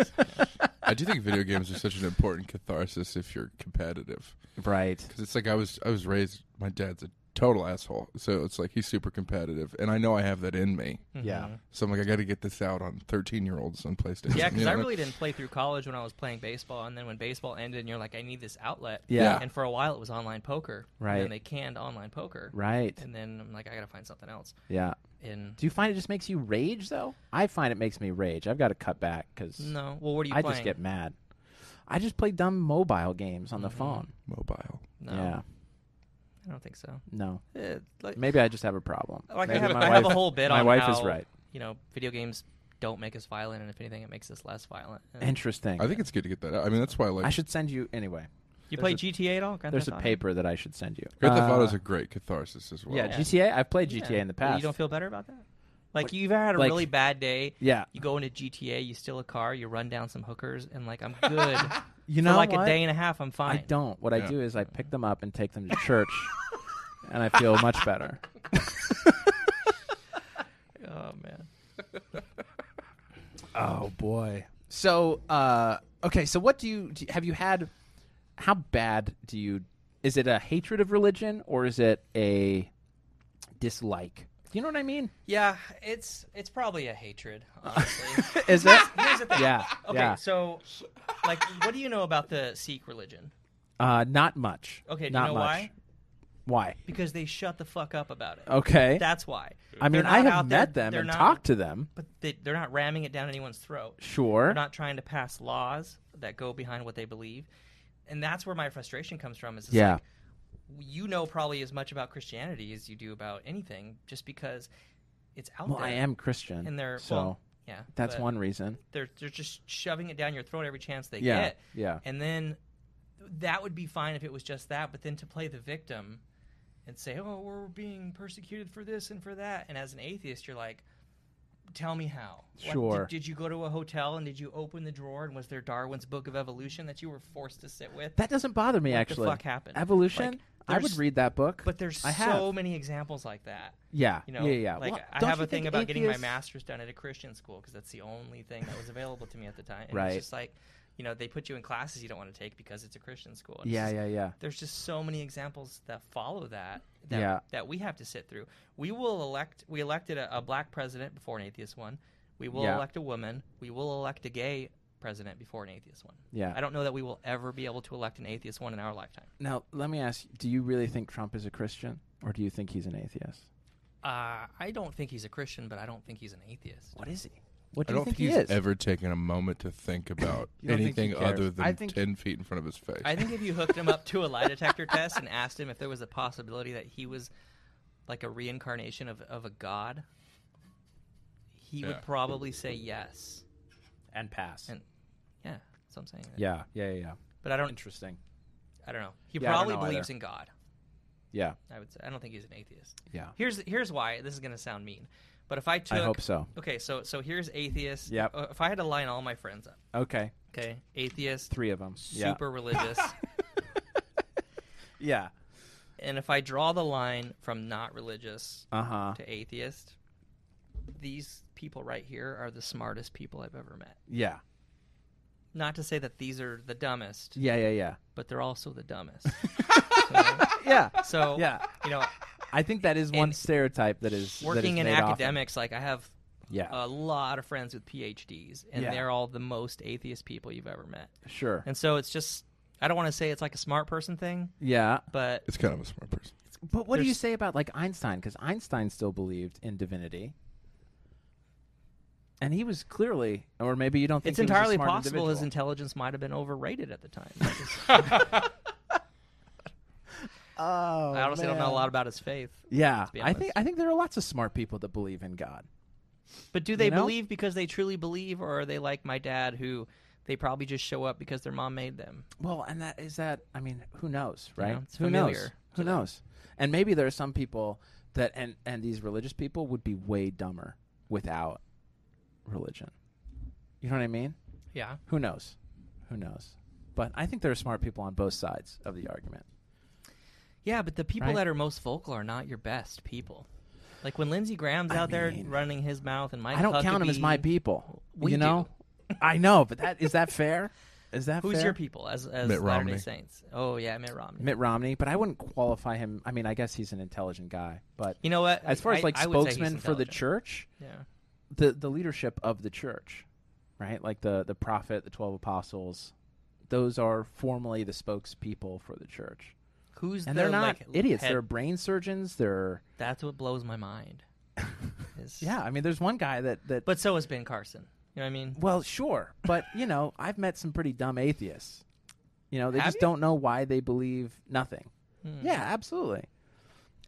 Speaker 3: I do think video games are such an important catharsis if you're competitive,
Speaker 2: Right.
Speaker 3: because it's like I was I was raised. My dad's a total asshole, so it's like he's super competitive, and I know I have that in me.
Speaker 2: Yeah.
Speaker 4: Mhm.
Speaker 3: So I'm like, I got to get this out on 13 year olds on PlayStation.
Speaker 4: Yeah, because
Speaker 3: You know
Speaker 4: I
Speaker 3: what
Speaker 4: really didn't play through college when I was playing baseball, and then when baseball ended, and you're like, I need this outlet.
Speaker 2: Yeah.
Speaker 4: And for a while, it was online poker. And
Speaker 2: Right.
Speaker 4: then they canned online poker.
Speaker 2: Right.
Speaker 4: And then I'm like, I gotta find something else.
Speaker 2: Yeah.
Speaker 4: And
Speaker 2: Do you find it just makes you rage though? I find it makes me rage. I've got to cut back because
Speaker 4: no, well, what are you
Speaker 2: I
Speaker 4: playing?
Speaker 2: just get mad. I just play dumb mobile games on the phone.
Speaker 3: Mobile.
Speaker 4: Mm-hmm. no,
Speaker 2: Yeah,
Speaker 4: I don't think so.
Speaker 2: no.
Speaker 4: Eh, like,
Speaker 2: Maybe I just have a problem.
Speaker 4: Like
Speaker 2: Maybe
Speaker 4: I, have,
Speaker 2: my
Speaker 4: I have a
Speaker 2: wife-
Speaker 4: whole bit
Speaker 2: My
Speaker 4: on
Speaker 2: wife
Speaker 4: how,
Speaker 2: is right.
Speaker 4: You know, video games don't make us violent, and if anything, it makes us less violent. And
Speaker 2: Interesting.
Speaker 3: I think it's good to get that out. I mean, that's why I like
Speaker 2: I should send you anyway.
Speaker 4: you
Speaker 2: there's
Speaker 4: play
Speaker 2: a-
Speaker 4: GTA at all? Grand
Speaker 2: There's a
Speaker 4: Theft Auto?
Speaker 2: paper that I should send you.
Speaker 3: Grand Theft
Speaker 2: Uh,
Speaker 3: Auto is a great catharsis as well.
Speaker 2: yeah,
Speaker 4: Yeah.
Speaker 2: GTA. I've played
Speaker 4: Yeah.
Speaker 2: GTA in the
Speaker 4: But
Speaker 2: past.
Speaker 4: You don't feel better about that? Like you've had a
Speaker 2: like-
Speaker 4: really bad day.
Speaker 2: yeah,
Speaker 4: You go into GTA, you steal a car, you run down some hookers, and like I'm good
Speaker 2: you
Speaker 4: for
Speaker 2: know
Speaker 4: like
Speaker 2: what?
Speaker 4: a day and a half. I'm
Speaker 2: I
Speaker 4: fine.
Speaker 2: don't. What I
Speaker 3: Yeah.
Speaker 2: do is I pick them up and take them to church, and I feel much better.
Speaker 4: Oh man.
Speaker 2: Oh boy. So uh okay, so what do you do, you- have you had how bad do you is it a hatred of religion or is it a dislike? Do you know what I mean?
Speaker 4: Yeah, it's it's probably a hatred. Honestly,
Speaker 2: Is it?
Speaker 4: here's the thing.
Speaker 2: yeah.
Speaker 4: Okay,
Speaker 2: Yeah.
Speaker 4: so like, what do you know about the Sikh religion?
Speaker 2: Uh not much.
Speaker 4: Okay, do you
Speaker 2: not
Speaker 4: know
Speaker 2: much. Why?
Speaker 4: Because they shut the fuck up about it.
Speaker 2: Okay.
Speaker 4: That's why.
Speaker 2: I mean,
Speaker 4: They're
Speaker 2: I
Speaker 4: not
Speaker 2: have
Speaker 4: out there-
Speaker 2: met them
Speaker 4: they're
Speaker 2: and
Speaker 4: not-
Speaker 2: talked to them.
Speaker 4: but they, they're not ramming it down anyone's throat.
Speaker 2: Sure.
Speaker 4: They're not trying to pass laws that go behind what they believe, and that's where my frustration comes from. Is it's
Speaker 2: Yeah.
Speaker 4: like, you know probably as much about Christianity as you do about anything, just because it's out
Speaker 2: well,
Speaker 4: there.
Speaker 2: I am Christian.
Speaker 4: and they're
Speaker 2: so
Speaker 4: well, yeah.
Speaker 2: that's
Speaker 4: but
Speaker 2: one reason.
Speaker 4: They're they're just shoving it down your throat every chance they
Speaker 2: Yeah.
Speaker 4: get.
Speaker 2: Yeah.
Speaker 4: And then that would be fine if it was just that, but then to play the victim and say, "Oh, we're being persecuted for this and for that," and as an atheist, you're like, tell me how. Like,
Speaker 2: Sure.
Speaker 4: did, did you go to a hotel and did you open the drawer and was there Darwin's Book of Evolution that you were forced to sit with?
Speaker 2: That doesn't bother me
Speaker 4: What the
Speaker 2: actually.
Speaker 4: fuck happened?
Speaker 2: Evolution.
Speaker 4: Like,
Speaker 2: I would
Speaker 4: there's-
Speaker 2: read that book,
Speaker 4: But there's
Speaker 2: I have.
Speaker 4: so many examples like that.
Speaker 2: yeah,
Speaker 4: You know,
Speaker 2: yeah, yeah.
Speaker 4: like
Speaker 2: Well,
Speaker 4: I
Speaker 2: don't
Speaker 4: have
Speaker 2: you
Speaker 4: a thing
Speaker 2: think
Speaker 4: about getting my
Speaker 2: atheists-
Speaker 4: master's done at a Christian school because that's the only thing that was available to me at the time. And
Speaker 2: Right.
Speaker 4: It's just like, you know, they put you in classes you don't want to take because it's a Christian school. And it's
Speaker 2: Yeah,
Speaker 4: just-
Speaker 2: yeah, yeah.
Speaker 4: There's just so many examples that follow that that,
Speaker 2: Yeah.
Speaker 4: that we have to sit through. We will elect. We elected a, a black president before an atheist one. We will
Speaker 2: Yeah.
Speaker 4: elect a woman. We will elect a gay president before an atheist one.
Speaker 2: Yeah.
Speaker 4: I don't know that we will ever be able to elect an atheist one in our lifetime.
Speaker 2: Now, let me ask: Do you really think Trump is a Christian, or do you think he's an atheist?
Speaker 4: Uh, I don't think he's a Christian, but I don't think he's an atheist.
Speaker 2: What is he? What
Speaker 3: I
Speaker 2: do you
Speaker 3: don't
Speaker 2: think,
Speaker 3: think,
Speaker 2: he
Speaker 3: he's
Speaker 2: is?
Speaker 3: ever taken a moment to think about
Speaker 2: You don't think he
Speaker 3: anything other
Speaker 2: cares. I
Speaker 3: than
Speaker 2: think-
Speaker 3: ten feet in front of his face.
Speaker 4: I think if you hooked him up to a lie detector test and asked him if there was a possibility that he was like a reincarnation of, of a god, he
Speaker 3: Yeah.
Speaker 4: would probably say yes.
Speaker 2: and pass.
Speaker 4: And- Yeah, that's what I'm saying.
Speaker 2: yeah, yeah, yeah, yeah.
Speaker 4: But I don't
Speaker 2: Interesting.
Speaker 4: I don't know. He
Speaker 2: Yeah, I don't
Speaker 4: probably
Speaker 2: know
Speaker 4: believes
Speaker 2: either.
Speaker 4: in God.
Speaker 2: Yeah,
Speaker 4: I would say I don't think he's an atheist.
Speaker 2: yeah.
Speaker 4: Here's here's why this is going to sound mean. But if I took
Speaker 2: I hope so.
Speaker 4: Okay, so so here's atheist.
Speaker 2: Yep.
Speaker 4: Uh, If I had to line all my friends up,
Speaker 2: Okay,
Speaker 4: okay? Atheist,
Speaker 2: three of them.
Speaker 4: super religious.
Speaker 2: Yeah.
Speaker 4: and if I draw the line from not religious
Speaker 2: yeah. Uh huh.
Speaker 4: to atheist, these people right here are the smartest people I've ever met.
Speaker 2: Yeah.
Speaker 4: Not to say that these are the dumbest,
Speaker 2: Yeah, yeah, yeah.
Speaker 4: but they're also the dumbest. so,
Speaker 2: Yeah.
Speaker 4: so,
Speaker 2: Yeah.
Speaker 4: you know,
Speaker 2: I think that is one
Speaker 4: And
Speaker 2: stereotype that is that is
Speaker 4: working in uh,
Speaker 2: made often.
Speaker 4: academics, like I have
Speaker 2: Yeah,
Speaker 4: a lot of friends with PhDs, and
Speaker 2: Yeah.
Speaker 4: they're all the most atheist people you've ever met.
Speaker 2: sure.
Speaker 4: And so it's just, I don't want to say it's like a smart person thing,
Speaker 2: yeah,
Speaker 4: but
Speaker 3: it's kind of a smart person.
Speaker 2: but what do you
Speaker 4: There's-
Speaker 2: say about like Einstein? Because Einstein still believed in divinity, and he was clearly, or maybe you don't think
Speaker 4: it's
Speaker 2: he was a
Speaker 4: entirely
Speaker 2: smart
Speaker 4: possible his
Speaker 2: individual.
Speaker 4: intelligence might have been overrated at the time.
Speaker 2: oh,
Speaker 4: I honestly don't know a lot about his faith.
Speaker 2: Yeah,
Speaker 4: be
Speaker 2: I think
Speaker 4: honest.
Speaker 2: I think there are lots of smart people that believe in God.
Speaker 4: But do they
Speaker 2: You know?
Speaker 4: believe because they truly believe, or are they like my dad who they probably just show up because their mom made them?
Speaker 2: Well, and that is that. I mean, who knows, right?
Speaker 4: know, it's
Speaker 2: who knows?
Speaker 4: familiar
Speaker 2: Who knows? And maybe there are some people that, and and these religious people would be way dumber without religion. You know what I mean?
Speaker 4: Yeah.
Speaker 2: Who knows? Who knows? But I think there are smart people on both sides of the argument.
Speaker 4: Yeah, but the people
Speaker 2: Right?
Speaker 4: that are most vocal are not your best people. Like when Lindsey Graham's
Speaker 2: I
Speaker 4: out there
Speaker 2: mean,
Speaker 4: running his mouth and Mike
Speaker 2: I don't count them as my
Speaker 4: Huckabee,
Speaker 2: people.
Speaker 4: We
Speaker 2: you know, I know, but that is that fair? Is that
Speaker 4: Who's
Speaker 2: fair?
Speaker 4: your people as, as
Speaker 3: Mitt
Speaker 4: Latter-day
Speaker 3: Romney.
Speaker 4: Saints? Oh, yeah, Mitt Romney.
Speaker 2: Mitt Romney? But I wouldn't qualify him. I mean, I guess he's an intelligent guy, but
Speaker 4: you know what?
Speaker 2: as far as
Speaker 4: I-
Speaker 2: like
Speaker 4: I would say he's
Speaker 2: spokesman for the
Speaker 4: intelligent.
Speaker 2: church,
Speaker 4: Yeah.
Speaker 2: the the leadership of the church, right? Like the the prophet, the twelve apostles, those are formally the spokespeople for the church,
Speaker 4: Who's
Speaker 2: and
Speaker 4: the,
Speaker 2: they're not
Speaker 4: like,
Speaker 2: idiots.
Speaker 4: head-
Speaker 2: They're brain surgeons. They're
Speaker 4: That's what blows my mind. Is-
Speaker 2: yeah. I mean, there's one guy that that.
Speaker 4: But so is Ben Carson. You know what I mean?
Speaker 2: well, sure, but you know, I've met some pretty dumb atheists. You know, they
Speaker 4: Have
Speaker 2: just
Speaker 4: you?
Speaker 2: don't know why they believe nothing. Yeah, absolutely,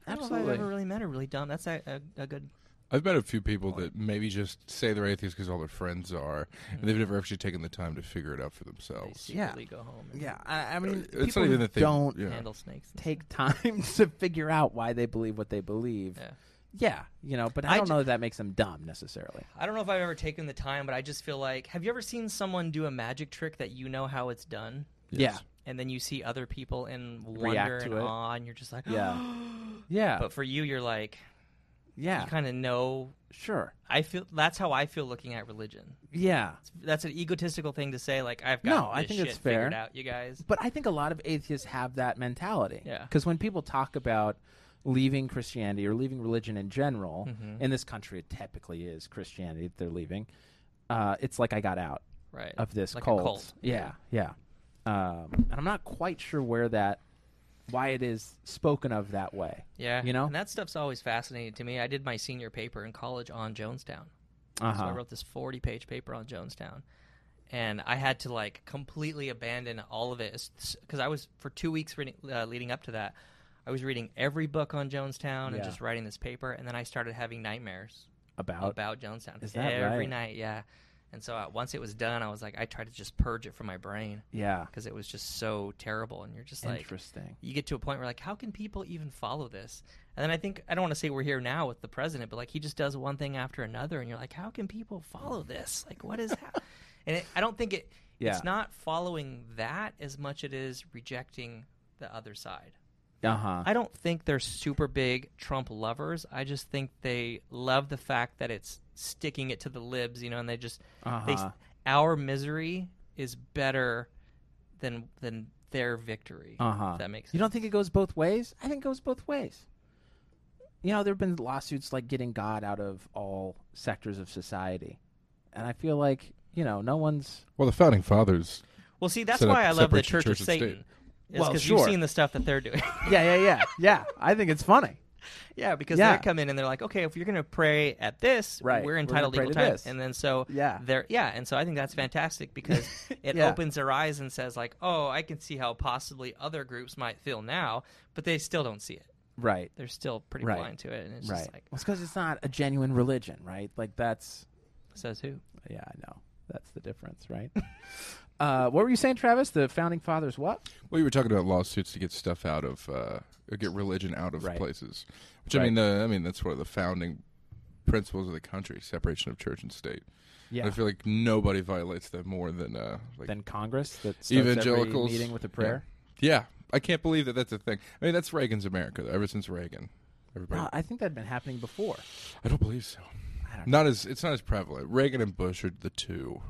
Speaker 4: Hmm. I don't know if I've ever really met a really dumb. That's a, a, a good.
Speaker 3: I've met a few people that maybe just say they're atheists because all their friends are,
Speaker 2: Mm-hmm.
Speaker 3: and they've never actually taken the time to figure it out for
Speaker 4: They
Speaker 3: themselves.
Speaker 2: Oh, Yeah.
Speaker 4: secretly go home. And
Speaker 2: Yeah, I, I mean,
Speaker 3: It's not
Speaker 2: people
Speaker 3: even that they-
Speaker 2: don't
Speaker 3: yeah.
Speaker 4: Handle snakes. and
Speaker 2: take time to figure out why they believe what they believe.
Speaker 4: stuff. Yeah.
Speaker 2: Yeah, you know, but I,
Speaker 4: I
Speaker 2: don't
Speaker 4: ju-
Speaker 2: know that that makes them dumb necessarily.
Speaker 4: I don't know if I've ever taken the time, but I just feel like have you ever seen someone do a magic trick that you know how it's done?
Speaker 3: Yes.
Speaker 4: And then you see other people in wonder
Speaker 2: React
Speaker 4: and
Speaker 2: to it.
Speaker 4: awe, and you're just like,
Speaker 2: Yeah, yeah, yeah,
Speaker 4: But for you, you're like,
Speaker 2: yeah.
Speaker 4: you kind of know.
Speaker 2: sure,
Speaker 4: I feel that's how I feel looking at religion.
Speaker 2: yeah.
Speaker 4: That's an egotistical thing to say. Like I've got
Speaker 2: No, I
Speaker 4: this
Speaker 2: think it's
Speaker 4: shit figured
Speaker 2: fair.
Speaker 4: out, you guys.
Speaker 2: But I think a lot of atheists have that mentality.
Speaker 4: Yeah.
Speaker 2: Because when people talk about leaving Christianity or leaving religion in general,
Speaker 4: Mm-hmm.
Speaker 2: in this country, it typically is Christianity that they're leaving. Uh, it's like I got out
Speaker 4: Right.
Speaker 2: of this
Speaker 4: like
Speaker 2: cult.
Speaker 4: A cult.
Speaker 2: Yeah, yeah. Um, and I'm not quite sure where that, why it is spoken of that way.
Speaker 4: Yeah.
Speaker 2: You know?
Speaker 4: And that stuff's always fascinating to me. I did my senior paper in college on Jonestown.
Speaker 2: Uh
Speaker 4: So I
Speaker 2: huh.
Speaker 4: wrote this 40 page paper on Jonestown. And I had to like completely abandon all of it because I was, for two weeks reading, uh, leading up to that, I was reading every book on Jonestown and
Speaker 2: Yeah.
Speaker 4: just writing this paper. And then I started having nightmares
Speaker 2: About.
Speaker 4: about Jonestown
Speaker 2: Is that
Speaker 4: every
Speaker 2: right?
Speaker 4: night. Yeah. And so uh, once it was done, I was like, I tried to just purge it from my brain
Speaker 2: Yeah.
Speaker 4: because it was just so terrible. And you're just like,
Speaker 2: Interesting.
Speaker 4: you get to a point where like, how can people even follow this? And then I think I don't want to say we're here now with the president, but like he just does one thing after another, and you're like, how can people follow this? Like, what is? hap- and it, I don't think it.
Speaker 2: Yeah.
Speaker 4: It's not following that as much it is rejecting the other side.
Speaker 2: Uh huh.
Speaker 4: I don't think they're super big Trump lovers. I just think they love the fact that it's sticking it to the libs, you know, and they just they s-
Speaker 2: Uh-huh.
Speaker 4: our misery is better than than their victory.
Speaker 2: Uh huh.
Speaker 4: If that makes sense.
Speaker 2: You don't think it goes both ways? I think it goes both ways. You know, there have been lawsuits like getting God out of all sectors of society, and I feel like you know no one's
Speaker 3: Well, the founding fathers.
Speaker 4: Well, see, that's
Speaker 3: set up
Speaker 4: why I love the
Speaker 3: separate
Speaker 4: Church,
Speaker 3: church
Speaker 4: of
Speaker 3: and
Speaker 4: Satan. Is
Speaker 2: Well,
Speaker 4: because
Speaker 2: sure.
Speaker 4: you've seen the stuff that they're doing.
Speaker 2: yeah, yeah, yeah, yeah. I think it's funny.
Speaker 4: yeah, because
Speaker 2: Yeah.
Speaker 4: they come in and they're like, okay, if you're going to pray at this,
Speaker 2: Right. We're
Speaker 4: we're
Speaker 2: gonna
Speaker 4: entitled
Speaker 2: pray
Speaker 4: equal
Speaker 2: to
Speaker 4: time.
Speaker 2: this.
Speaker 4: And then so
Speaker 2: Yeah.
Speaker 4: they're yeah, and so I think that's fantastic because it
Speaker 2: Yeah.
Speaker 4: opens their eyes and says like, oh, I can see how possibly other groups might feel now, but they still don't see it.
Speaker 2: Right,
Speaker 4: They're still pretty
Speaker 2: Right.
Speaker 4: blind to it, and it's
Speaker 2: right.
Speaker 4: just like,
Speaker 2: Well, it's because it's not a genuine religion, right? Like that's
Speaker 4: says who?
Speaker 2: yeah, I know. That's the difference, right? uh, what were you saying, Travis? The founding fathers, what?
Speaker 3: Well, you were talking about lawsuits to get stuff out of, uh, or get religion out of
Speaker 2: Right.
Speaker 3: places. Which
Speaker 2: Right.
Speaker 3: I mean, the, I mean, that's one of the founding principles of the country: separation of church and state.
Speaker 2: Yeah.
Speaker 3: I feel like nobody violates that more than uh, like
Speaker 2: Then Congress that starts
Speaker 3: Evangelicals.
Speaker 2: every meeting with a prayer.
Speaker 3: Yeah, I can't believe that that's a thing. I mean, that's Reagan's America. Though. Ever since Reagan, everybody.
Speaker 2: Wow, I think that had been happening before.
Speaker 3: I don't believe so.
Speaker 2: I don't
Speaker 3: Not as it's not as prevalent. Reagan and Bush are the two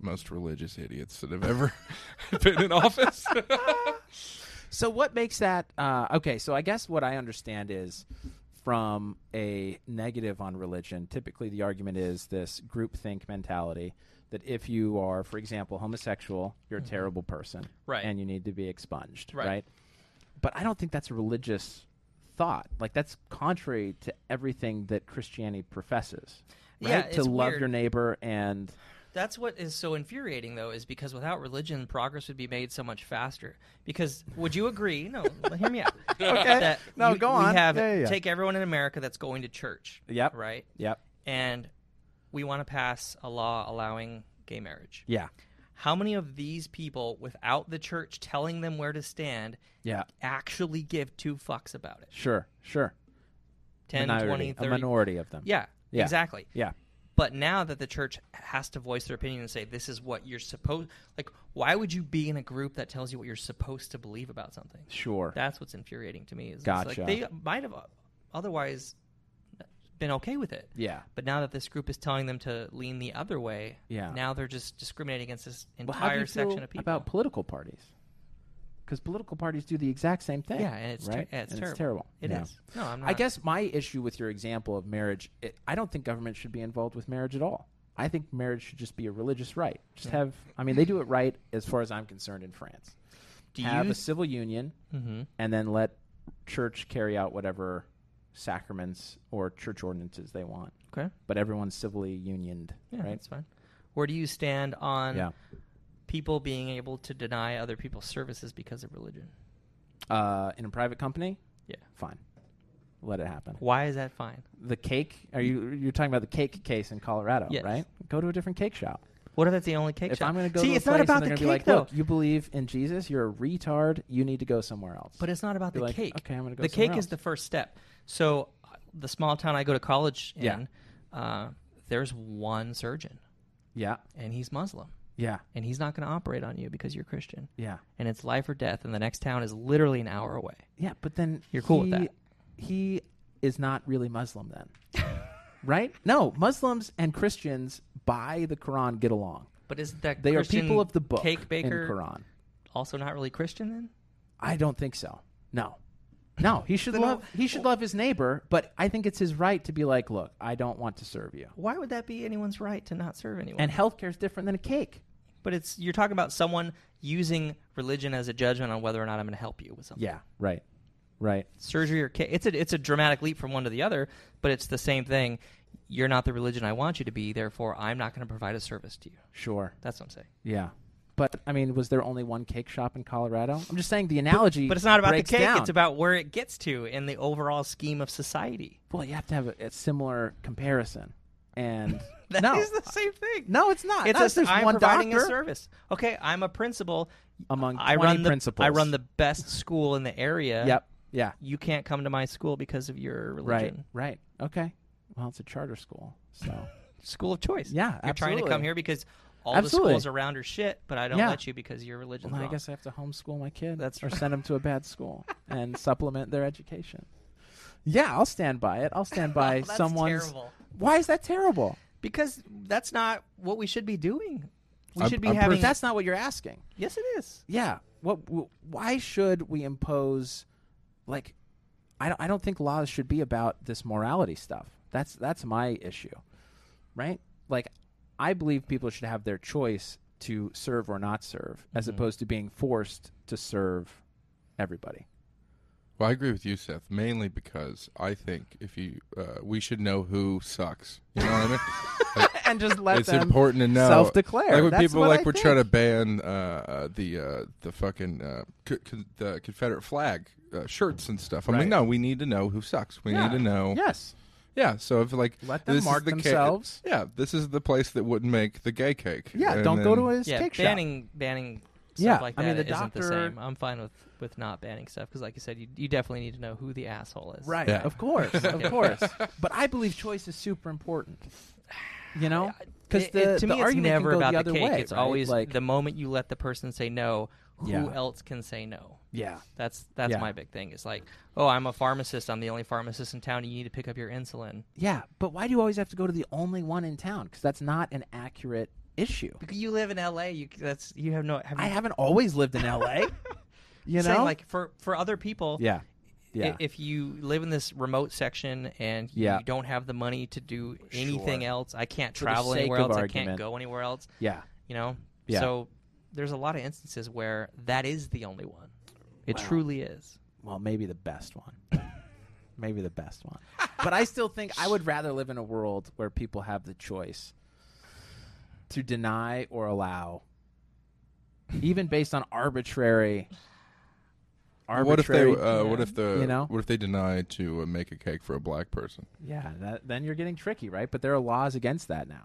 Speaker 3: most religious idiots that have ever been in office.
Speaker 2: So what makes that uh, okay? So I guess what I understand is from a negative on religion. Typically, the argument is this groupthink mentality that if you are, for example, homosexual, you're a terrible person,
Speaker 4: Mm-hmm. Right.
Speaker 2: And you need to be expunged, right?
Speaker 4: Right.
Speaker 2: But I don't think that's a religious thought. Like that's contrary to everything that Christianity professes. Right?
Speaker 4: Yeah,
Speaker 2: to
Speaker 4: it's
Speaker 2: love
Speaker 4: weird.
Speaker 2: your neighbor and
Speaker 4: That's what is so infuriating, though, is because without religion, progress would be made so much faster. Because would you agree? No, hear me out.
Speaker 2: Okay.
Speaker 4: That
Speaker 2: No,
Speaker 4: you-
Speaker 2: go
Speaker 4: we
Speaker 2: on.
Speaker 4: have
Speaker 2: Yeah, yeah, yeah.
Speaker 4: take everyone in America that's going to church.
Speaker 2: Yep.
Speaker 4: Right.
Speaker 2: yep,
Speaker 4: And we want to pass a law allowing gay marriage.
Speaker 2: yeah,
Speaker 4: How many of these people, without the church telling them where to stand,
Speaker 2: yeah,
Speaker 4: actually give two fucks about it?
Speaker 2: sure, sure.
Speaker 4: 10,
Speaker 2: minority,
Speaker 4: 20, 30.
Speaker 2: a minority of them.
Speaker 4: Yeah,
Speaker 2: Yeah.
Speaker 4: exactly.
Speaker 2: yeah.
Speaker 4: But now that the church has to voice their opinion and say this is what you're supposed like why would you be in a group that tells you what you're supposed to believe about something?
Speaker 2: Sure.
Speaker 4: That's what's infuriating to me is it's
Speaker 2: Gotcha.
Speaker 4: like they might have otherwise been okay with it.
Speaker 2: yeah.
Speaker 4: But now that this group is telling them to lean the other way,
Speaker 2: Yeah.
Speaker 4: now they're just discriminating against this
Speaker 2: Well, how do
Speaker 4: entire
Speaker 2: you feel
Speaker 4: section of people.
Speaker 2: about political parties? Because political parties do the exact same thing.
Speaker 4: yeah, and it's, ter-
Speaker 2: right?
Speaker 4: yeah, it's
Speaker 2: And
Speaker 4: terrible. It
Speaker 2: Yeah.
Speaker 4: is. No, I'm not.
Speaker 2: I guess my issue with your example of marriage, it, I don't think government should be involved with marriage at all. I think marriage should just be a religious right. Just
Speaker 4: Hmm.
Speaker 2: have, I mean, they do it right as far as I'm concerned in France.
Speaker 4: Do
Speaker 2: have
Speaker 4: you-
Speaker 2: a civil union
Speaker 4: Mhm.
Speaker 2: and then let church carry out whatever sacraments or church ordinances they want.
Speaker 4: Okay.
Speaker 2: But everyone's civilly unioned,
Speaker 4: Yeah,
Speaker 2: right?
Speaker 4: that's fine. Where do you stand on
Speaker 2: Yeah.
Speaker 4: people being able to deny other people services because of religion?
Speaker 2: Uh, in a private company,
Speaker 4: Yeah.
Speaker 2: fine. Let it happen.
Speaker 4: Why is that fine?
Speaker 2: the cake are you you're talking about the cake case in colorado
Speaker 4: Yes.
Speaker 2: right go to a different cake shop
Speaker 4: What if that's the only cake
Speaker 2: if
Speaker 4: shop?
Speaker 2: i'm going to go
Speaker 4: See,
Speaker 2: to a
Speaker 4: it's
Speaker 2: place
Speaker 4: not about
Speaker 2: and
Speaker 4: the
Speaker 2: they're
Speaker 4: cake
Speaker 2: gonna be like
Speaker 4: though.
Speaker 2: look you believe in jesus you're a retard you need to go somewhere else
Speaker 4: but it's not about
Speaker 2: Be
Speaker 4: the
Speaker 2: like,
Speaker 4: cake.
Speaker 2: "Okay, I'm gonna go
Speaker 4: The cake
Speaker 2: somewhere
Speaker 4: is
Speaker 2: else."
Speaker 4: the first step. So uh, the small town I go to college in,
Speaker 2: Yeah.
Speaker 4: uh, there's one surgeon,
Speaker 2: yeah
Speaker 4: and he's Muslim,
Speaker 2: yeah
Speaker 4: and he's not going to operate on you because you're Christian,
Speaker 2: yeah
Speaker 4: and it's life or death. And the next town is literally an hour away.
Speaker 2: yeah but then
Speaker 4: You're cool with
Speaker 2: he,
Speaker 4: that.
Speaker 2: he is not really muslim then right no muslims and christians by the quran get along
Speaker 4: But isn't that
Speaker 2: they
Speaker 4: Christian
Speaker 2: are people of the book
Speaker 4: cake baker
Speaker 2: in quran
Speaker 4: also not really Christian then?
Speaker 2: I don't think so. No. No, he should
Speaker 4: Then
Speaker 2: love
Speaker 4: wh-
Speaker 2: he should love his neighbor, but I think it's his right to be like, look, I don't want to serve you.
Speaker 4: Why would that be anyone's right to not serve anyone?
Speaker 2: And healthcare is different than a cake.
Speaker 4: but it's you're talking about someone using religion as a judgment on whether or not I'm going to help you with something.
Speaker 2: Yeah, right. Right.
Speaker 4: surgery or ca- it's a it's a dramatic leap from one to the other, but it's the same thing. You're not the religion I want you to be, therefore I'm not going to provide a service to you.
Speaker 2: Sure.
Speaker 4: That's what I'm saying.
Speaker 2: Yeah. But I mean, was there only one cake shop in Colorado? I'm just saying the analogy.
Speaker 4: But it's not about the
Speaker 2: breaks
Speaker 4: cake;
Speaker 2: down.
Speaker 4: it's about where it gets to in the overall scheme of society.
Speaker 2: well, you have to have a, a similar comparison. And
Speaker 4: That is
Speaker 2: no,
Speaker 4: the same thing.
Speaker 2: no, it's not.
Speaker 4: It's
Speaker 2: No,
Speaker 4: just
Speaker 2: there's
Speaker 4: I'm
Speaker 2: one
Speaker 4: providing
Speaker 2: doctor
Speaker 4: a service. Okay, I'm a principal.
Speaker 2: among
Speaker 4: I
Speaker 2: 20
Speaker 4: run the
Speaker 2: principals.
Speaker 4: I run the best school in the area.
Speaker 2: Yep. Yeah.
Speaker 4: You can't come to my school because of your
Speaker 2: Right.
Speaker 4: religion.
Speaker 2: Right. Okay. Well, it's a charter school, so
Speaker 4: School of choice.
Speaker 2: yeah.
Speaker 4: You're trying to come
Speaker 2: absolutely.
Speaker 4: here because all
Speaker 2: Absolutely.
Speaker 4: the schools around are shit, but I don't
Speaker 2: Yeah.
Speaker 4: let you because your religion's
Speaker 2: Well, I
Speaker 4: wrong.
Speaker 2: guess I have to homeschool my kid.
Speaker 4: That's
Speaker 2: or
Speaker 4: right.
Speaker 2: send them to a bad school and supplement their education. Yeah, I'll stand by it. I'll stand by
Speaker 4: Oh, That's
Speaker 2: someone's.
Speaker 4: terrible.
Speaker 2: Why is that terrible?
Speaker 4: Because that's not what we should be doing. We
Speaker 3: I'm-
Speaker 4: should be
Speaker 3: I'm
Speaker 4: having.
Speaker 2: But that's not what you're asking.
Speaker 4: yes, it is.
Speaker 2: Yeah. What? wh- Why should we impose? Like, I don't. I don't think laws should be about this morality stuff. That's that's my issue, right? Like, I believe people should have their choice to serve or not serve, as
Speaker 4: Mm-hmm.
Speaker 2: opposed to being forced to serve everybody.
Speaker 3: Well, I agree with you, Seth, mainly because I think if you, uh, we should know who sucks. You know what I mean?
Speaker 2: and just let
Speaker 3: it's
Speaker 2: them
Speaker 3: important to know.
Speaker 2: self-declare.
Speaker 3: Like when
Speaker 2: That's
Speaker 3: people
Speaker 2: what
Speaker 3: like
Speaker 2: I
Speaker 3: were
Speaker 2: think.
Speaker 3: trying to ban uh, uh, the uh, the fucking uh, co- co- the Confederate flag uh, shirts and stuff. I'm
Speaker 2: Right.
Speaker 3: like, no, we need to know who sucks. We
Speaker 2: Yeah.
Speaker 3: need to know.
Speaker 2: Yes.
Speaker 3: Yeah, So if like
Speaker 2: Let them
Speaker 3: this is
Speaker 2: mark
Speaker 3: the ca-
Speaker 2: themselves.
Speaker 3: yeah. This is the place that wouldn't make the gay cake.
Speaker 2: Yeah.
Speaker 3: And
Speaker 2: don't go
Speaker 3: then-
Speaker 2: to his
Speaker 4: Yeah,
Speaker 2: cake shop.
Speaker 4: banning banning stuff
Speaker 2: Yeah,
Speaker 4: like
Speaker 2: I
Speaker 4: that
Speaker 2: mean, the
Speaker 4: isn't the
Speaker 2: doctor-
Speaker 4: same. I'm fine with with not banning stuff because, like you said, you, you definitely need to know who the asshole is.
Speaker 2: Right.
Speaker 3: Yeah.
Speaker 2: Of course. Of course. But I believe choice is super important. You know, because
Speaker 4: It- it-
Speaker 2: the,
Speaker 4: to
Speaker 2: the
Speaker 4: me, it's
Speaker 2: argument
Speaker 4: never
Speaker 2: can go
Speaker 4: about
Speaker 2: the other
Speaker 4: cake.
Speaker 2: way.
Speaker 4: it's
Speaker 2: right?
Speaker 4: always
Speaker 2: like
Speaker 4: the moment you let the person say no, who
Speaker 2: Yeah.
Speaker 4: else can say no?
Speaker 2: yeah,
Speaker 4: That's that's
Speaker 2: Yeah.
Speaker 4: my big thing. It's like, oh, I'm a pharmacist. I'm the only pharmacist in town. You need to pick up your insulin.
Speaker 2: yeah. But why do you always have to go to the only one in town? Because that's not an accurate issue.
Speaker 4: Because you live in L.A., you that's you have no. Have
Speaker 2: I
Speaker 4: you
Speaker 2: haven't always lived in L.A. you
Speaker 4: saying,
Speaker 2: know,
Speaker 4: like for for other people,
Speaker 2: yeah,
Speaker 4: i-
Speaker 2: yeah.
Speaker 4: If you live in this remote section and
Speaker 2: Yeah.
Speaker 4: you don't have the money to do anything
Speaker 2: Sure.
Speaker 4: else, I can't
Speaker 2: the
Speaker 4: travel
Speaker 2: sake
Speaker 4: anywhere
Speaker 2: of
Speaker 4: else. I
Speaker 2: argument.
Speaker 4: can't go anywhere else.
Speaker 2: yeah.
Speaker 4: You know.
Speaker 2: Yeah.
Speaker 4: So there's a lot of instances where that is the only one. It
Speaker 2: Wow.
Speaker 4: truly is.
Speaker 2: well, maybe the best one. maybe the best one. But I still think I would rather live in a world where people have the choice to deny or allow, even based on arbitrary.
Speaker 3: What if they?
Speaker 2: Arbitrary,
Speaker 3: Uh, what if the?
Speaker 2: You know?
Speaker 3: What if they deny to uh, make a cake for a black person?
Speaker 2: yeah, that, then you're getting tricky, right? But there are laws against that now.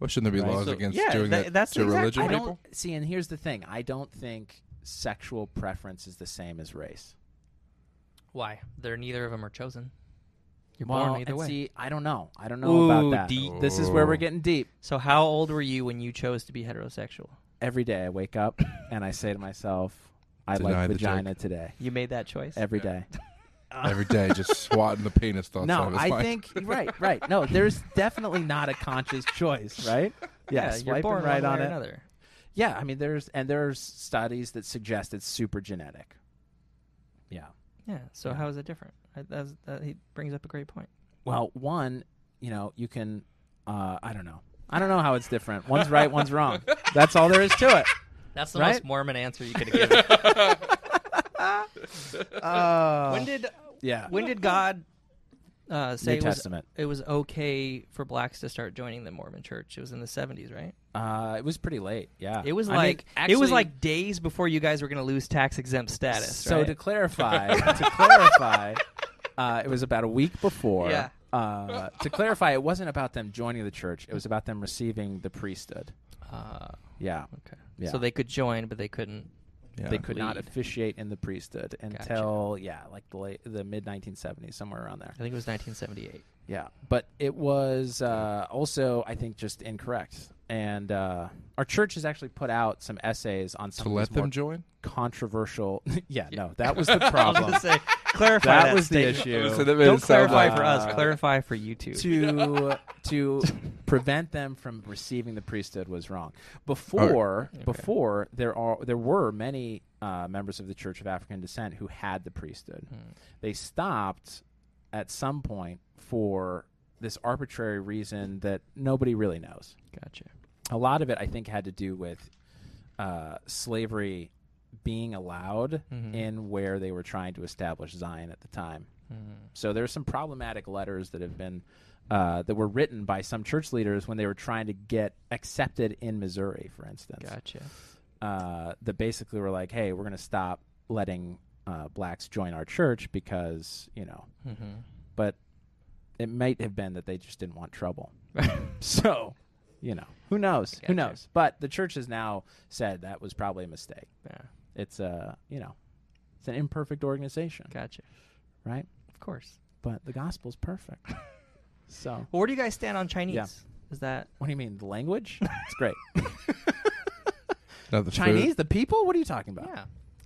Speaker 3: Well, shouldn't there be
Speaker 2: Right.
Speaker 3: laws
Speaker 4: So-
Speaker 3: against
Speaker 4: yeah,
Speaker 3: doing
Speaker 4: tha-
Speaker 3: that
Speaker 4: that's
Speaker 3: to
Speaker 4: exact-
Speaker 3: religion
Speaker 2: I don't
Speaker 3: people?
Speaker 2: see, and here's the thing: I don't think sexual preference is the same as race.
Speaker 4: Why? They're neither of them are chosen. You're
Speaker 2: well,
Speaker 4: born either
Speaker 2: and
Speaker 4: way.
Speaker 2: see, I don't know. I don't know about
Speaker 4: Ooh,
Speaker 2: that.
Speaker 4: deep.
Speaker 2: This is where we're
Speaker 3: Oh.
Speaker 2: getting deep.
Speaker 4: so how old were you when you chose to be heterosexual?
Speaker 2: every day I wake up and I say to myself, I
Speaker 3: Deny
Speaker 2: like
Speaker 3: the
Speaker 2: vagina today.
Speaker 4: You made that choice.
Speaker 2: Every
Speaker 3: Yeah.
Speaker 2: day.
Speaker 3: Every day, just swatting the penis thoughts out of
Speaker 2: No,
Speaker 3: his
Speaker 2: I
Speaker 3: mind.
Speaker 2: think right, right. No, there's definitely not a conscious choice, right? Yeah,
Speaker 4: you're
Speaker 2: swiping
Speaker 4: born
Speaker 2: right on
Speaker 4: one way or
Speaker 2: it.
Speaker 4: Another.
Speaker 2: Yeah, I mean there's and there's studies that suggest it's super genetic. Yeah.
Speaker 4: Yeah. So how is it different? I- That's, that, he brings up a great point.
Speaker 2: Well, one, you know, you can uh I don't know. I don't know how it's different. One's right, one's wrong. That's all there is to it.
Speaker 4: That's the
Speaker 2: Right?
Speaker 4: most Mormon answer you could have given. when did
Speaker 2: yeah.
Speaker 4: Oh. when did God uh, say
Speaker 2: New
Speaker 4: it was,
Speaker 2: Testament.
Speaker 4: it was okay for blacks to start joining the Mormon Church? It was in the seventies, right?
Speaker 2: Uh, it was pretty late. Yeah.
Speaker 4: It was
Speaker 2: I mean,
Speaker 4: like it was
Speaker 2: actually-
Speaker 4: like days before you guys were going to lose tax exempt status.
Speaker 2: So
Speaker 4: right?
Speaker 2: to clarify, to clarify, uh, it was about a week before.
Speaker 4: Yeah.
Speaker 2: Uh, to clarify, it wasn't about them joining the church. It was about them receiving the priesthood.
Speaker 4: uh,
Speaker 2: Yeah.
Speaker 4: okay.
Speaker 2: Yeah.
Speaker 4: So they could join, but they couldn't.
Speaker 3: Yeah.
Speaker 2: They could not
Speaker 4: Lead.
Speaker 2: officiate in the priesthood until yeah, like the late, the mid 1970s, somewhere around there.
Speaker 4: I think it was 1978.
Speaker 2: Yeah, but it was uh, also I think just incorrect. And uh, our church has actually put out some essays on some
Speaker 3: to
Speaker 2: of
Speaker 3: let
Speaker 2: these more
Speaker 3: them join.
Speaker 2: controversial. yeah,
Speaker 4: Yeah.
Speaker 2: no, that was the
Speaker 4: I was
Speaker 2: problem.
Speaker 4: going to say, clarify
Speaker 2: that,
Speaker 4: that,
Speaker 2: was the
Speaker 4: statement.
Speaker 2: issue.
Speaker 3: So that made
Speaker 4: Don't
Speaker 3: it sound
Speaker 4: clarify
Speaker 3: like-
Speaker 4: for us.
Speaker 2: Uh,
Speaker 4: Clarify for you too.
Speaker 2: to to prevent them from receiving the priesthood was wrong. Before before there are there were many uh, members of the Church of African descent who had the priesthood.
Speaker 4: Hmm. Mm-hmm.
Speaker 2: They stopped at some point for this arbitrary reason that nobody really knows.
Speaker 4: Gotcha.
Speaker 2: A lot of it, I think, had to do with uh, slavery being allowed
Speaker 4: Hmm. Mm-hmm.
Speaker 2: in where they were trying to establish Zion at the time.
Speaker 4: Mm-hmm.
Speaker 2: So there's some problematic letters that have been uh, that were written by some church leaders when they were trying to get accepted in Missouri, for instance.
Speaker 4: Gotcha.
Speaker 2: Uh, that basically were like, "Hey, we're going to stop
Speaker 4: Mm-hmm.
Speaker 2: letting uh, blacks join our church because you know." But It might have been that they just didn't want trouble. so, you know, who knows? Who
Speaker 4: Gotcha.
Speaker 2: knows? But the church has now said that was probably a mistake.
Speaker 4: Yeah.
Speaker 2: It's a, you know, it's an imperfect organization,
Speaker 4: Gotcha.
Speaker 2: right?
Speaker 4: Of course.
Speaker 2: But the gospel's perfect. so,
Speaker 4: Well, where do you guys stand on Chinese? Is that
Speaker 2: what do you mean the language? It's great.
Speaker 3: Not the
Speaker 2: Chinese,
Speaker 3: Food.
Speaker 2: the people? What are you talking about?
Speaker 4: yeah?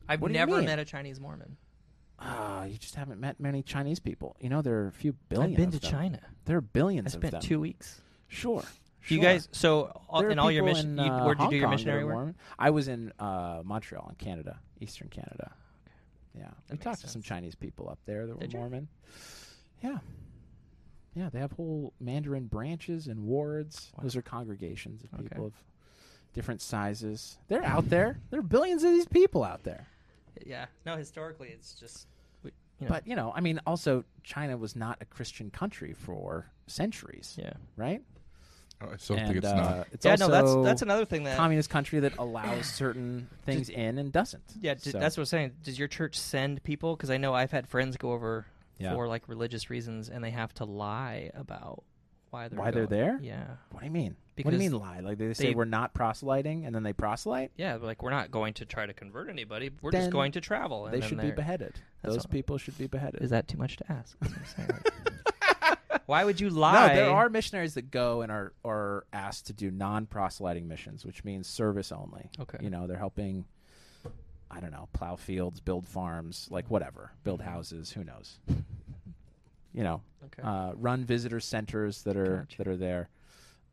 Speaker 4: I've
Speaker 2: What do you
Speaker 4: never
Speaker 2: mean?
Speaker 4: met a Chinese Mormon.
Speaker 2: Ah, you just haven't met many Chinese people. You know, there are a few 1000000000s
Speaker 4: I've been
Speaker 2: of
Speaker 4: to
Speaker 2: them.
Speaker 4: China.
Speaker 2: There are billions
Speaker 4: I
Speaker 2: of
Speaker 4: spent
Speaker 2: them.
Speaker 4: two weeks.
Speaker 2: Sure.
Speaker 4: You
Speaker 2: sure.
Speaker 4: guys, so all,
Speaker 2: There are
Speaker 4: in all your
Speaker 2: people
Speaker 4: mission,
Speaker 2: in,
Speaker 4: you,
Speaker 2: uh,
Speaker 4: where did you do your
Speaker 2: Hong Kong that are
Speaker 4: missionary work?
Speaker 2: Mormon. I was in uh, Montreal, in Canada, Eastern Canada. Yeah, we
Speaker 4: makes
Speaker 2: talked to some
Speaker 4: sense.
Speaker 2: Chinese people up there that
Speaker 4: Did
Speaker 2: were
Speaker 4: you?
Speaker 2: Mormon. Yeah, yeah, they have whole Mandarin branches and wards. Those are congregations of people of different sizes. They're out there. There are billions of these people out there.
Speaker 4: Yeah. No, historically, it's just. we- You know,
Speaker 2: But you know, I mean, also China was not a Christian country for centuries,
Speaker 4: yeah.
Speaker 2: right?
Speaker 3: Oh, I still
Speaker 2: and
Speaker 3: think it's
Speaker 2: uh,
Speaker 3: not.
Speaker 2: it's
Speaker 4: Yeah.
Speaker 2: also
Speaker 4: No, that's that's another thing that.
Speaker 2: communist country that allows certain things in and doesn't.
Speaker 4: yeah, d-
Speaker 2: So-
Speaker 4: that's what I'm saying. Does your church send people? Because I know I've had friends go over
Speaker 2: Yeah.
Speaker 4: for like religious reasons, and they have to lie about why they're
Speaker 2: Why they're
Speaker 4: going.
Speaker 2: there?
Speaker 4: Yeah.
Speaker 2: what do you mean? what do
Speaker 4: Because
Speaker 2: you mean lie? Like they say
Speaker 4: they-
Speaker 2: we're not proselyting, and then they proselyte.
Speaker 4: Yeah, like we're not going to try to convert anybody. We're
Speaker 2: Then
Speaker 4: just going to travel. And
Speaker 2: They
Speaker 4: then
Speaker 2: should be
Speaker 4: they're-
Speaker 2: beheaded.
Speaker 4: That's
Speaker 2: Those
Speaker 4: all.
Speaker 2: people should be beheaded.
Speaker 4: Is that too much to ask? That's what I'm saying, like, why would you
Speaker 2: no,
Speaker 4: lie?
Speaker 2: there are missionaries that go and are are asked to do non-proselyting missions, which means service only.
Speaker 4: Okay.
Speaker 2: you know they're helping. I don't know, plow fields, build farms, like whatever, build houses. Who knows? You know,
Speaker 4: Okay.
Speaker 2: uh, run visitor centers that are
Speaker 4: Gotcha.
Speaker 2: that are there.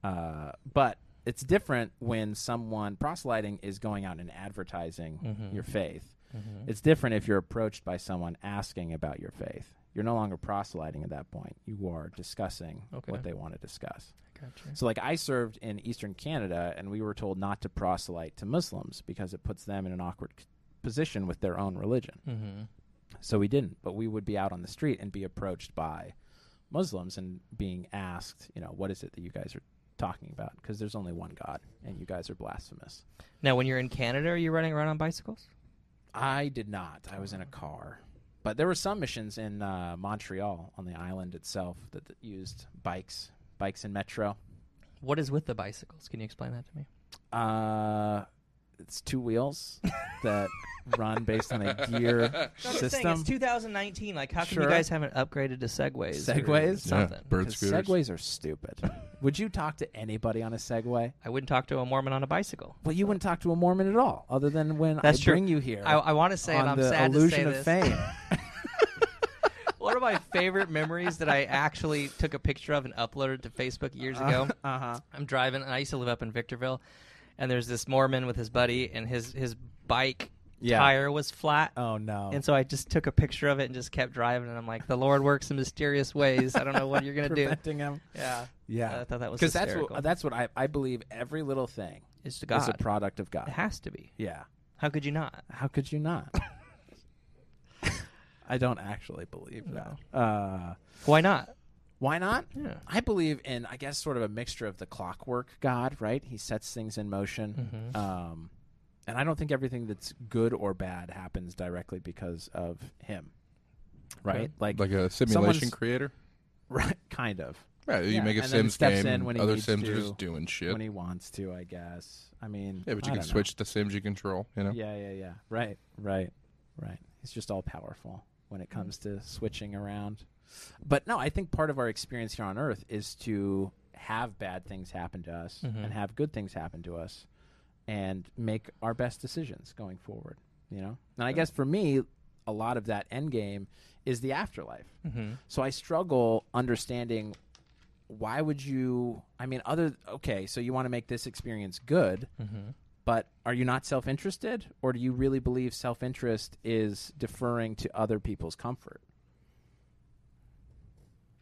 Speaker 2: Uh, but it's different when someone proselyting is going out and advertising
Speaker 4: Mhm.
Speaker 2: your faith.
Speaker 4: Mhm.
Speaker 2: It's different if you're approached by someone asking about your faith. You're no longer proselyting at that point. You are discussing
Speaker 4: Okay.
Speaker 2: what they want to discuss.
Speaker 4: Gotcha.
Speaker 2: So, like, I served in Eastern Canada, and we were told not to proselyte to Muslims because it puts them in an awkward c- position with their own religion.
Speaker 4: Mm-hmm.
Speaker 2: So we didn't, but we would be out on the street and be approached by Muslims and being asked, you know, what is it that you guys are talking about? Because there's only one God, and you guys are blasphemous.
Speaker 4: Now, when you're in Canada, are you running around on bicycles?
Speaker 2: I did not. I was in a car. But there were some missions in uh, Montreal on the island itself that, that used bikes, bikes and metro.
Speaker 4: What is with the bicycles? Can you explain that to me?
Speaker 2: Uh, it's two wheels that run based on a gear system.
Speaker 4: 2019. Like, how
Speaker 2: come you Sure. guys
Speaker 4: haven't upgraded to Segways?
Speaker 2: or Segways?
Speaker 4: Something.
Speaker 3: Yeah, bird
Speaker 2: 'Cause
Speaker 3: scooters.
Speaker 2: Segways are stupid. Would you talk to anybody on a Segway?
Speaker 4: I wouldn't talk to a Mormon on a bicycle.
Speaker 2: Well, you wouldn't talk to a Mormon at all, other than when
Speaker 4: That's
Speaker 2: I
Speaker 4: true.
Speaker 2: bring you here
Speaker 4: I, I want to say,
Speaker 2: on
Speaker 4: and I'm
Speaker 2: the
Speaker 4: sad to say
Speaker 2: illusion
Speaker 4: this.
Speaker 2: of fame.
Speaker 4: One of my favorite memories that I actually took a picture of and uploaded to Facebook years ago.
Speaker 2: uh huh.
Speaker 4: I'm driving, and I used to live up in Victorville, and there's this Mormon with his buddy, and his his bike
Speaker 2: Yeah.
Speaker 4: tire was flat.
Speaker 2: Oh no.
Speaker 4: And so I just took a picture of it and just kept driving, and I'm like, "The Lord works in mysterious ways. I don't know what you're gonna do."
Speaker 2: Preventing him.
Speaker 4: Yeah,
Speaker 2: Yeah,
Speaker 4: I thought that was
Speaker 2: because that's
Speaker 4: hysterical.
Speaker 2: what that's what I, I believe. Every little thing
Speaker 4: it's to
Speaker 2: is a
Speaker 4: God.
Speaker 2: product of
Speaker 4: It
Speaker 2: God.
Speaker 4: has to be.
Speaker 2: Yeah,
Speaker 4: How could you not?
Speaker 2: how could you not? I don't actually believe that. Uh,
Speaker 4: Why not?
Speaker 2: why not?
Speaker 4: Yeah.
Speaker 2: I believe in, I guess, sort of a mixture of the clockwork God, right? He sets things in motion.
Speaker 4: Mhm.
Speaker 2: Um, and I don't think everything that's good or bad happens directly because of him, right? Like,
Speaker 3: Like a simulation
Speaker 2: Someone's-
Speaker 3: creator.
Speaker 2: right, kind of.
Speaker 3: Right, you
Speaker 2: Yeah,
Speaker 3: make a
Speaker 2: and then he
Speaker 3: Sims
Speaker 2: steps
Speaker 3: game,
Speaker 2: in
Speaker 3: and
Speaker 2: when he
Speaker 3: other
Speaker 2: needs
Speaker 3: Sims
Speaker 2: to,
Speaker 3: are just doing shit.
Speaker 2: When he wants to, I guess. I mean,
Speaker 3: yeah,
Speaker 2: I
Speaker 3: but you can
Speaker 2: don't know.
Speaker 3: switch the Sims you control. You know,
Speaker 2: Yeah, yeah, yeah. Right, right, right. He's just all powerful when it comes to switching around. But no, I think part of our experience here on Earth is to have bad things happen to us
Speaker 4: Mhm.
Speaker 3: Mm-hmm.
Speaker 2: and have good things happen to us and make our best decisions going forward, you know? And I guess for me, a lot of that end game is the afterlife.
Speaker 4: Mhm.
Speaker 2: So I struggle understanding why would you I mean other okay, so you want to make this experience good,
Speaker 4: Mhm.
Speaker 2: but are you not self interested? Or do you really believe self interest is deferring to other people's comfort?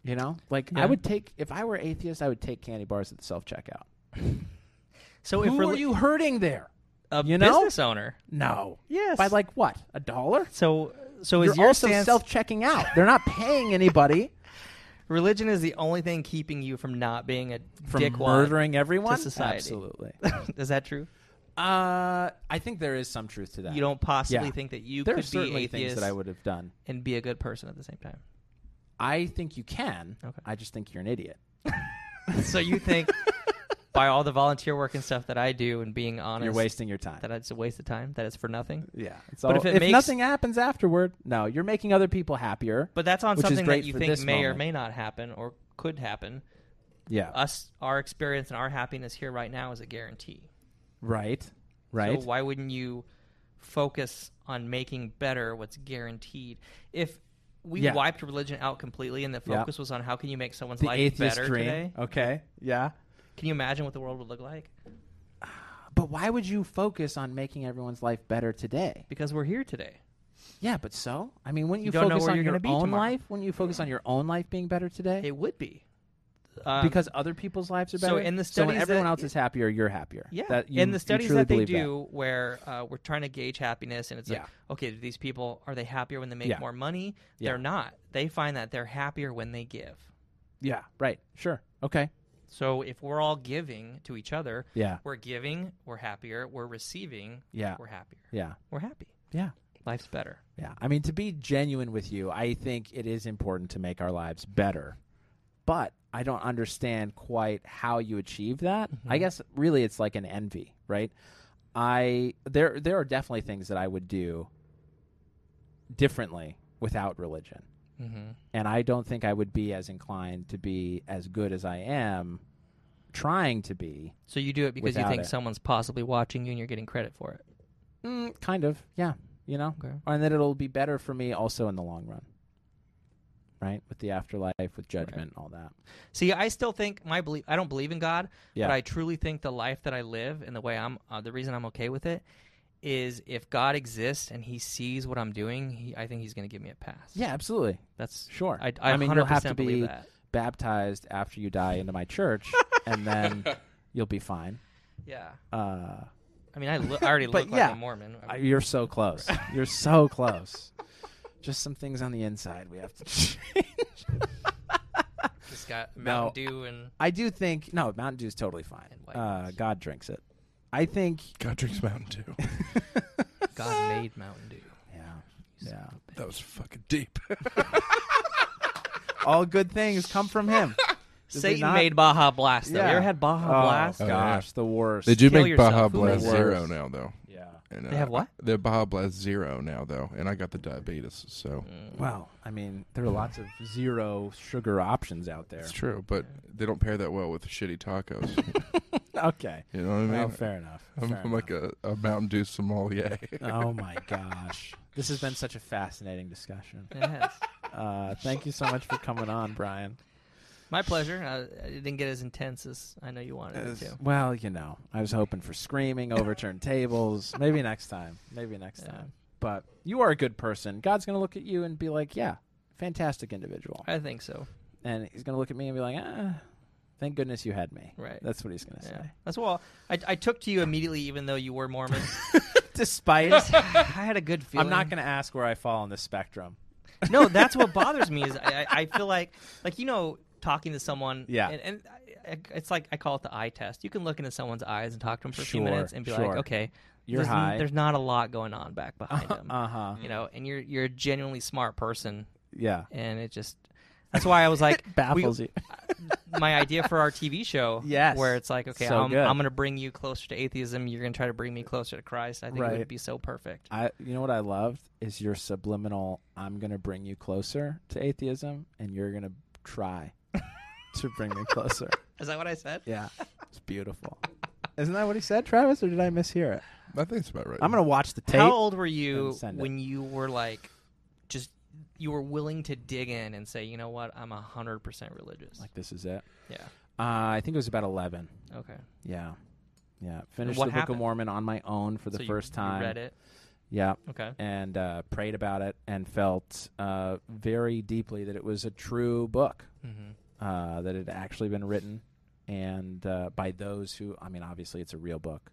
Speaker 2: You know? Like I
Speaker 4: Yeah.
Speaker 2: would take if I were atheist, I would take candy bars at the self checkout.
Speaker 4: So if
Speaker 2: Who
Speaker 4: we're
Speaker 2: are you hurting there?
Speaker 4: a
Speaker 2: you know?
Speaker 4: business owner,
Speaker 2: No.
Speaker 4: yes.
Speaker 2: By like what? A dollar?
Speaker 4: so so
Speaker 2: You're
Speaker 4: is your
Speaker 2: also
Speaker 4: stance-
Speaker 2: self checking out. They're not paying anybody
Speaker 4: religion is the only thing keeping you from not being a
Speaker 2: from
Speaker 4: dickwad.
Speaker 2: murdering everyone.
Speaker 4: society.
Speaker 2: Absolutely.
Speaker 4: is that true?
Speaker 2: Uh, I think there is some truth to that.
Speaker 4: You don't possibly
Speaker 2: Yeah.
Speaker 4: think that you
Speaker 2: there
Speaker 4: could
Speaker 2: are certainly
Speaker 4: be atheist
Speaker 2: things that I would have done.
Speaker 4: and be a good person at the same time.
Speaker 2: I think you can.
Speaker 4: Okay.
Speaker 2: I just think you're an idiot.
Speaker 4: so you think by all the volunteer work and stuff that I do and being honest,
Speaker 2: you're wasting your time.
Speaker 4: that it's a waste of time, that it's for nothing.
Speaker 2: yeah. It's all-
Speaker 4: But if it makes-
Speaker 2: nothing happens afterward, no, you're making other people happier.
Speaker 4: But that's on
Speaker 2: Which is
Speaker 4: something
Speaker 2: great
Speaker 4: that you
Speaker 2: for
Speaker 4: think
Speaker 2: this
Speaker 4: may or
Speaker 2: moment.
Speaker 4: may not happen or could happen.
Speaker 2: yeah.
Speaker 4: Us, our experience and our happiness here right now is a guarantee.
Speaker 2: right. Right.
Speaker 4: So why wouldn't you focus on making better what's guaranteed? If we
Speaker 2: Yeah.
Speaker 4: wiped religion out completely and the
Speaker 2: Yeah.
Speaker 4: focus was on how can you make someone's
Speaker 2: the
Speaker 4: life
Speaker 2: atheist
Speaker 4: better
Speaker 2: dream.
Speaker 4: today,
Speaker 2: Okay. Yeah.
Speaker 4: can you imagine what the world would look like?
Speaker 2: But why would you focus on making everyone's life better today?
Speaker 4: Because we're here today.
Speaker 2: Yeah, but so? I mean, wouldn't
Speaker 4: You
Speaker 2: you,
Speaker 4: don't know
Speaker 2: focus
Speaker 4: where
Speaker 2: on
Speaker 4: you're
Speaker 2: your
Speaker 4: gonna be
Speaker 2: own
Speaker 4: tomorrow.
Speaker 2: life? Wouldn't you focus on your own life being better today?
Speaker 4: It would be. Um,
Speaker 2: because other people's lives are
Speaker 4: so
Speaker 2: better.
Speaker 4: in the
Speaker 2: when
Speaker 4: studies
Speaker 2: everyone
Speaker 4: that-
Speaker 2: else is happier, you're happier.
Speaker 4: Yeah,
Speaker 2: That you,
Speaker 4: in the
Speaker 2: you
Speaker 4: studies
Speaker 2: truly
Speaker 4: that they
Speaker 2: believe that.
Speaker 4: do, where uh, we're trying to gauge happiness, and it's like, okay, do these people are they happier when they make
Speaker 2: Yeah.
Speaker 4: more money?
Speaker 2: Yeah.
Speaker 4: They're not. They find that they're happier when they give.
Speaker 2: Yeah. Right. Sure. Okay.
Speaker 4: So if we're all giving to each other,
Speaker 2: Yeah.
Speaker 4: we're giving, we're happier. We're receiving,
Speaker 2: Yeah.
Speaker 4: we're happier.
Speaker 2: Yeah.
Speaker 4: We're happy.
Speaker 2: Yeah.
Speaker 4: Life's better.
Speaker 2: Yeah. I mean, to be genuine with you, I think it is important to make our lives better, but I don't understand quite how you achieve that.
Speaker 4: Mm-hmm.
Speaker 2: I guess really it's like an envy, right? I there there are definitely things that I would do differently without religion.
Speaker 4: Mm-hmm.
Speaker 2: and I don't think I would be as inclined to be as good as I am trying to be.
Speaker 4: So you do it because you
Speaker 2: Without
Speaker 4: think
Speaker 2: it.
Speaker 4: someone's possibly watching you, and you're getting credit for it.
Speaker 2: Mm, kind of, yeah, you know,
Speaker 4: Okay.
Speaker 2: and that it'll be better for me also in the long run, right? With the afterlife, with judgment, and all that.
Speaker 4: See, I still think my belief. I don't believe in God,
Speaker 2: Yeah.
Speaker 4: but I truly think the life that I live and the way I'm, uh, the reason I'm okay with it, is if God exists and He sees what I'm doing, he, I think He's going to give me a pass.
Speaker 2: Yeah, absolutely,
Speaker 4: that's
Speaker 2: sure.
Speaker 4: I, I,
Speaker 2: mean,
Speaker 4: 100%
Speaker 2: you'll have to be
Speaker 4: believe that.
Speaker 2: baptized after you die into my church, and then you'll be fine.
Speaker 4: Yeah,
Speaker 2: Uh,
Speaker 4: I mean, I, lo- I already
Speaker 2: But
Speaker 4: look
Speaker 2: yeah.
Speaker 4: like a Mormon. I-
Speaker 2: I- you're so close. You're so close. Just some things on the inside we have to change.
Speaker 4: just got
Speaker 2: No.
Speaker 4: Mountain Dew and
Speaker 2: I do think no, Mountain Dew is totally fine.
Speaker 4: And White
Speaker 2: Uh,
Speaker 4: Mountain.
Speaker 2: God drinks it. I think.
Speaker 3: God drinks Mountain Dew.
Speaker 4: God made Mountain Dew.
Speaker 2: Yeah, yeah.
Speaker 3: That was fucking deep.
Speaker 2: All good things come from him. Did they
Speaker 4: Satan
Speaker 2: not-
Speaker 4: made Baja Blast. Though.
Speaker 2: Yeah.
Speaker 4: You ever had Baja Blast?
Speaker 2: Oh,
Speaker 3: Oh,
Speaker 2: gosh, the worst.
Speaker 3: They do
Speaker 4: Kill
Speaker 3: make
Speaker 4: yourself.
Speaker 3: Baja
Speaker 4: Who
Speaker 3: Blast
Speaker 2: made
Speaker 3: Zero
Speaker 2: worse?
Speaker 3: now, though.
Speaker 2: Yeah.
Speaker 3: And, uh,
Speaker 4: They have what?
Speaker 3: They're Baja Blast Zero now, though, and I got the diabetes, so
Speaker 2: Well, I mean, there are lots of zero sugar options out there.
Speaker 3: it's true. But they don't pair that well with shitty tacos.
Speaker 2: Okay.
Speaker 3: you know what I mean?
Speaker 2: Well, Oh, fair enough.
Speaker 3: I'm,
Speaker 2: fair
Speaker 3: I'm like
Speaker 2: enough.
Speaker 3: a, a Mountain Dew sommelier.
Speaker 2: oh my gosh, this has been such a fascinating discussion.
Speaker 4: Yes.
Speaker 2: Uh, thank you so much for coming on, Brian.
Speaker 4: My pleasure. I, I didn't get as intense as I know you wanted it to.
Speaker 2: Well, you know, I was hoping for screaming, overturned tables. Maybe next time. Maybe next
Speaker 4: Yeah.
Speaker 2: time. But you are a good person. God's going to look at you and be like, yeah, fantastic individual.
Speaker 4: I think so.
Speaker 2: And he's going to look at me and be like, ah, thank goodness you had me.
Speaker 4: Right.
Speaker 2: That's what he's going to
Speaker 4: Yeah. That's well. I, I took to you immediately, even though you were Mormon.
Speaker 2: say. Despite,
Speaker 4: I had a good feeling.
Speaker 2: I'm not going to ask where I fall on the spectrum.
Speaker 4: No, that's what bothers me is I, I, I feel like like you know talking to someone.
Speaker 2: Yeah.
Speaker 4: And, and I, I- it's like I call it the eye test. You can look into someone's eyes and talk to them for a few
Speaker 2: Sure,
Speaker 4: minutes and be
Speaker 2: sure.
Speaker 4: like, okay,
Speaker 2: You're
Speaker 4: there's, n-
Speaker 2: high.
Speaker 4: There's not a lot going on back behind them.
Speaker 2: Uh huh.
Speaker 4: You know, and you're you're a genuinely smart person,
Speaker 2: Yeah.
Speaker 4: and it just that's why I was like
Speaker 2: Baffles
Speaker 4: we,
Speaker 2: you.
Speaker 4: my idea for our TV show.
Speaker 2: Yes.
Speaker 4: Where it's like, okay,
Speaker 2: So
Speaker 4: I'm,
Speaker 2: good.
Speaker 4: I'm going to bring you closer to atheism. You're going to try to bring me closer to Christ. I think it
Speaker 2: Right.
Speaker 4: would be so perfect.
Speaker 2: I, you know what I loved is your subliminal. I'm gonna bring you closer to atheism, and you're gonna try to bring me closer.
Speaker 4: Is that what I said?
Speaker 2: Yeah, it's beautiful. Isn't that what he said, Travis, or did I mishear it?
Speaker 3: I think it's about right.
Speaker 2: I'm gonna watch the tape.
Speaker 4: How old were you
Speaker 2: and send it.
Speaker 4: when you were like, just you were willing to dig in and say, you know what, I'm hundred percent religious.
Speaker 2: like this is it.
Speaker 4: yeah.
Speaker 2: Uh, I think it was about eleven.
Speaker 4: Okay.
Speaker 2: Yeah, yeah. Finished
Speaker 4: what
Speaker 2: the Book
Speaker 4: happened?
Speaker 2: of Mormon on my own for the
Speaker 4: So you-
Speaker 2: first
Speaker 4: you
Speaker 2: time.
Speaker 4: read it.
Speaker 2: Yeah,
Speaker 4: Okay.
Speaker 2: and uh, prayed about it and felt uh, very deeply that it was a true book.
Speaker 4: Mm-hmm.
Speaker 2: uh, that had actually been written and uh, by those who, I mean, obviously it's a real book,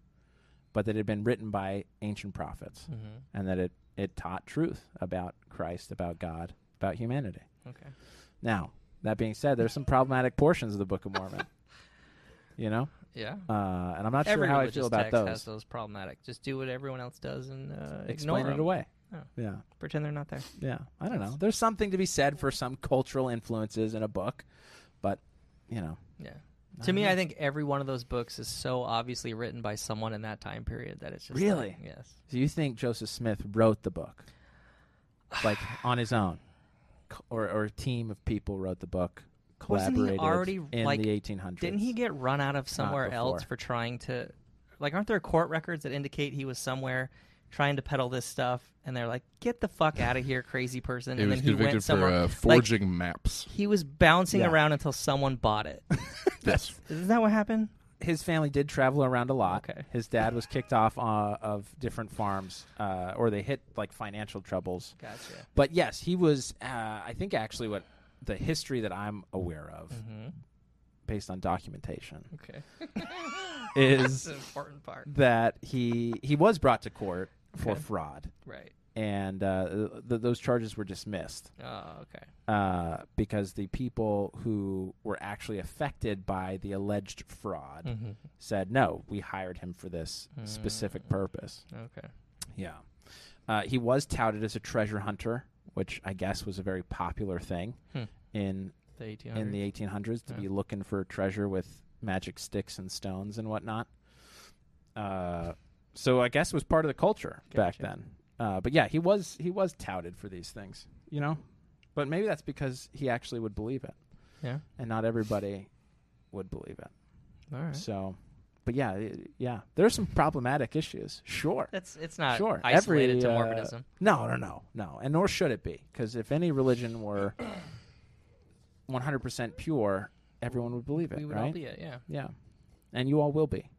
Speaker 2: but that it had been written by ancient prophets
Speaker 4: Mm-hmm.
Speaker 2: and that it, it taught truth about Christ, about God, about humanity.
Speaker 4: Okay.
Speaker 2: Now, that being said, there's some problematic portions of the Book of Mormon, you know?
Speaker 4: Yeah.
Speaker 2: Uh, and I'm not
Speaker 4: Every
Speaker 2: sure how I
Speaker 4: religious
Speaker 2: feel about
Speaker 4: text
Speaker 2: those.
Speaker 4: has those problematic. Just do what everyone else does and uh,
Speaker 2: Explain
Speaker 4: ignore
Speaker 2: it
Speaker 4: 'em.
Speaker 2: away. Yeah.
Speaker 4: Pretend they're not there.
Speaker 2: Yeah, I don't know. There's something to be said for some cultural influences in a book, but you know,
Speaker 4: Yeah.
Speaker 2: I
Speaker 4: To
Speaker 2: don't
Speaker 4: me, I
Speaker 2: know.
Speaker 4: think every one of those books is so obviously written by someone in that time period that it's just like-
Speaker 2: Really?
Speaker 4: yes.
Speaker 2: So you think Joseph Smith wrote the book, like on his own, C- or or a team of people wrote the book,
Speaker 4: Wasn't he
Speaker 2: collaborated
Speaker 4: already,
Speaker 2: in
Speaker 4: like,
Speaker 2: the 1800s?
Speaker 4: Didn't he get run out of somewhere else
Speaker 2: before.
Speaker 4: for trying to, like, aren't there court records that indicate he was somewhere trying to peddle this stuff, and they're like, "Get the fuck out of here, crazy person!"
Speaker 3: He
Speaker 4: and
Speaker 3: was
Speaker 4: then he
Speaker 3: convicted
Speaker 4: went
Speaker 3: for
Speaker 4: somewhere.
Speaker 3: uh,
Speaker 4: like,
Speaker 3: forging maps.
Speaker 4: he was bouncing
Speaker 2: Yeah.
Speaker 4: around until someone bought it.
Speaker 3: Yes.
Speaker 4: Isn't that what happened?
Speaker 2: His family did travel around a lot.
Speaker 4: Okay.
Speaker 2: His dad was kicked off uh, of different farms, uh, or they hit like financial troubles.
Speaker 4: Gotcha.
Speaker 2: But yes, he was. Uh, I think actually, what the history that I'm aware of,
Speaker 4: Mm-hmm.
Speaker 2: based on documentation,
Speaker 4: Okay. That's
Speaker 2: is
Speaker 4: the important part,
Speaker 2: that he he was brought to court for
Speaker 4: Okay.
Speaker 2: fraud,
Speaker 4: right?
Speaker 2: and uh, th- those charges were dismissed
Speaker 4: Oh, okay.
Speaker 2: uh, because the people who were actually affected by the alleged fraud
Speaker 4: Mm-hmm.
Speaker 2: said, "No, we hired him for this specific purpose."
Speaker 4: Mm. Okay.
Speaker 2: Yeah, uh, he was touted as a treasure hunter, which I guess was a very popular thing
Speaker 4: Hmm.
Speaker 2: in
Speaker 4: The 1800s.
Speaker 2: in the 1800s to
Speaker 4: Yeah.
Speaker 2: be looking for treasure with magic sticks and stones and whatnot. Uh, so I guess it was part of the culture back
Speaker 4: Gotcha.
Speaker 2: then. Uh, but yeah, he was he was touted for these things, you know. But maybe that's because he actually would believe it,
Speaker 4: yeah.
Speaker 2: and not everybody would believe it.
Speaker 4: All right.
Speaker 2: So, but yeah, i- yeah, there's some problematic issues. Sure,
Speaker 4: That's it's not
Speaker 2: Sure.
Speaker 4: isolated
Speaker 2: Every,
Speaker 4: to
Speaker 2: uh,
Speaker 4: morbidism.
Speaker 2: no, no, no, no, and nor should it be, because if any religion were 100% pure, everyone would believe it,
Speaker 4: we would
Speaker 2: right?
Speaker 4: all be it. Yeah.
Speaker 2: Yeah. And you all will be.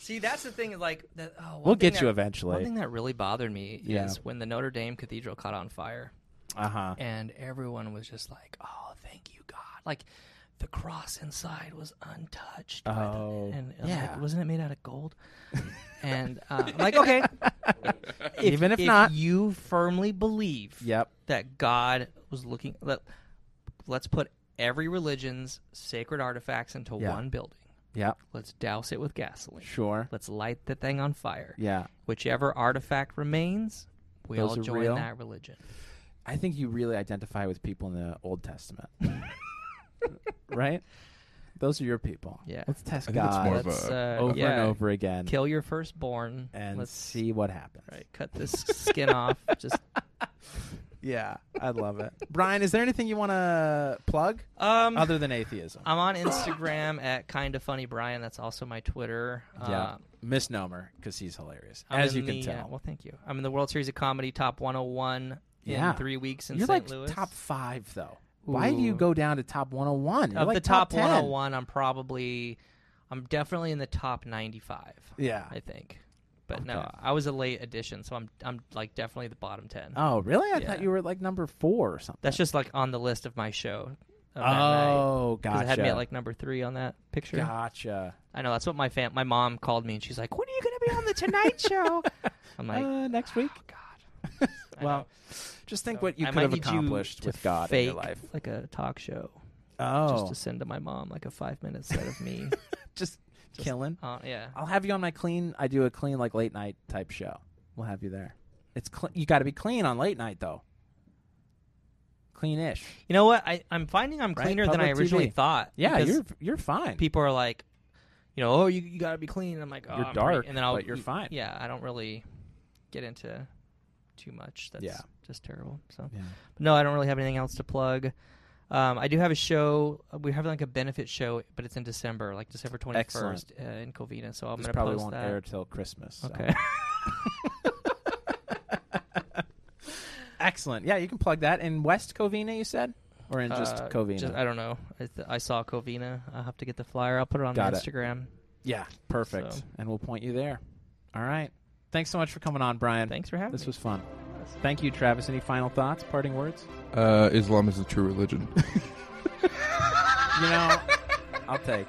Speaker 4: See, that's the thing. Like, that, oh, one
Speaker 2: we'll
Speaker 4: thing
Speaker 2: get
Speaker 4: that,
Speaker 2: you
Speaker 4: One
Speaker 2: eventually.
Speaker 4: thing that really bothered me
Speaker 2: Yeah.
Speaker 4: is when the Notre Dame Cathedral caught on fire,
Speaker 2: Uh huh.
Speaker 4: and everyone was just like, "Oh, thank you, God!" Like, the cross inside was untouched. by the-
Speaker 2: Oh,
Speaker 4: and I was
Speaker 2: yeah.
Speaker 4: like, wasn't it made out of gold? and uh, I'm like, okay, if,
Speaker 2: Even if not.
Speaker 4: you firmly believe
Speaker 2: Yep.
Speaker 4: that God was looking. Let, let's put every religion's sacred artifacts into
Speaker 2: Yeah.
Speaker 4: one building.
Speaker 2: Yep.
Speaker 4: Let's douse it with gasoline.
Speaker 2: Sure.
Speaker 4: Let's light the thing on fire.
Speaker 2: Yeah.
Speaker 4: Whichever artifact remains, we
Speaker 2: Those
Speaker 4: all
Speaker 2: are
Speaker 4: join
Speaker 2: real?
Speaker 4: that religion.
Speaker 2: I think you really identify with people in the Old Testament, right? Those are your people.
Speaker 4: Yeah.
Speaker 2: Let's test
Speaker 3: I think it's more
Speaker 2: God
Speaker 3: of
Speaker 4: Let's,
Speaker 3: a-
Speaker 4: uh,
Speaker 2: over
Speaker 4: yeah,
Speaker 2: and over again
Speaker 4: Kill your firstborn
Speaker 2: and
Speaker 4: let's
Speaker 2: see what happens.
Speaker 4: Right, cut this skin off. Just
Speaker 2: Yeah. I love it. Brian, is there anything you want to plug
Speaker 4: um,
Speaker 2: other than atheism?
Speaker 4: I'm on Instagram at kind of funny Brian. That's also my Twitter.
Speaker 2: yeah.
Speaker 4: Uh,
Speaker 2: Misnomer, because he's hilarious,
Speaker 4: I'm
Speaker 2: as you
Speaker 4: in
Speaker 2: can
Speaker 4: the, uh,
Speaker 2: tell.
Speaker 4: well, thank you. I'm in the World Series of Comedy Top 101
Speaker 2: Yeah.
Speaker 4: in three weeks in
Speaker 2: You're
Speaker 4: St.
Speaker 2: like
Speaker 4: Louis.
Speaker 2: top five, though. Why do you
Speaker 4: Ooh.
Speaker 2: go down to top 101? You're
Speaker 4: of
Speaker 2: like
Speaker 4: the top,
Speaker 2: 10.
Speaker 4: 101. I'm probably, I'm definitely in the top 95.
Speaker 2: Yeah.
Speaker 4: I think. But no,
Speaker 2: Okay.
Speaker 4: I was a late addition, so I'm I'm like definitely the bottom ten.
Speaker 2: Oh, really? I thought
Speaker 4: Yeah.
Speaker 2: you were like number four or something.
Speaker 4: That's just like on the list of my show. Of that night.
Speaker 2: oh,
Speaker 4: 'Cause
Speaker 2: gotcha.
Speaker 4: It had me at like number three on that picture.
Speaker 2: gotcha.
Speaker 4: I know that's what my fam, my mom called me, and she's like, "When are you going to be on the Tonight Show?" I'm like,
Speaker 2: uh, next week.
Speaker 4: "God." I
Speaker 2: Well,
Speaker 4: know.
Speaker 2: just think
Speaker 4: So
Speaker 2: what you
Speaker 4: I
Speaker 2: could
Speaker 4: might
Speaker 2: have
Speaker 4: need you
Speaker 2: accomplished
Speaker 4: to
Speaker 2: with God
Speaker 4: fake
Speaker 2: in your life.
Speaker 4: like a talk show,
Speaker 2: Oh,
Speaker 4: just to send to my mom like a five minute set of me.
Speaker 2: just, killing.
Speaker 4: uh, yeah,
Speaker 2: I'll have you on my clean. I do a clean like late night type show. We'll have you there. It's cl- you got to be clean on late night though. Clean-ish.
Speaker 4: you know what? I I'm finding I'm
Speaker 2: Right?
Speaker 4: cleaner than I
Speaker 2: Public
Speaker 4: originally
Speaker 2: TV.
Speaker 4: thought.
Speaker 2: Yeah,
Speaker 4: because
Speaker 2: you're you're fine.
Speaker 4: people are like, you know, oh, you, you gotta be clean. I'm like, oh,
Speaker 2: You're
Speaker 4: I'm
Speaker 2: dark,
Speaker 4: pretty, and then I'll,
Speaker 2: but you're
Speaker 4: y-
Speaker 2: fine.
Speaker 4: Yeah, I don't really get into too much. That's
Speaker 2: Yeah.
Speaker 4: just terrible. So
Speaker 2: Yeah.
Speaker 4: but no, I don't really have anything else to plug. Um, I do have a show. We have like a benefit show, but it's in December, like December 21st
Speaker 2: Excellent.
Speaker 4: uh, in Covina. So I'm
Speaker 2: this
Speaker 4: gonna
Speaker 2: probably
Speaker 4: post
Speaker 2: won't
Speaker 4: that.
Speaker 2: air till Christmas. so.
Speaker 4: Okay.
Speaker 2: Excellent. Yeah, you can plug that in West Covina. You said, or in just
Speaker 4: Uh,
Speaker 2: Covina.
Speaker 4: just- I don't know. I, th- I saw Covina. I'll have to get the flyer. I'll put it on
Speaker 2: Got
Speaker 4: my
Speaker 2: it.
Speaker 4: Instagram.
Speaker 2: Yeah, perfect.
Speaker 4: So-
Speaker 2: And we'll point you there. All right. Thanks so much for coming on, Brian.
Speaker 4: Thanks for having
Speaker 2: This
Speaker 4: me.
Speaker 2: was fun. Thank you, Travis. Any final thoughts, parting words?
Speaker 3: Uh, Islam is the true religion.
Speaker 2: You know, I'll take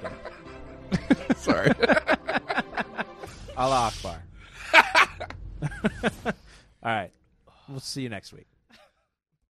Speaker 2: it.
Speaker 3: Sorry.
Speaker 2: Allah Akbar. All right. We'll see you next week.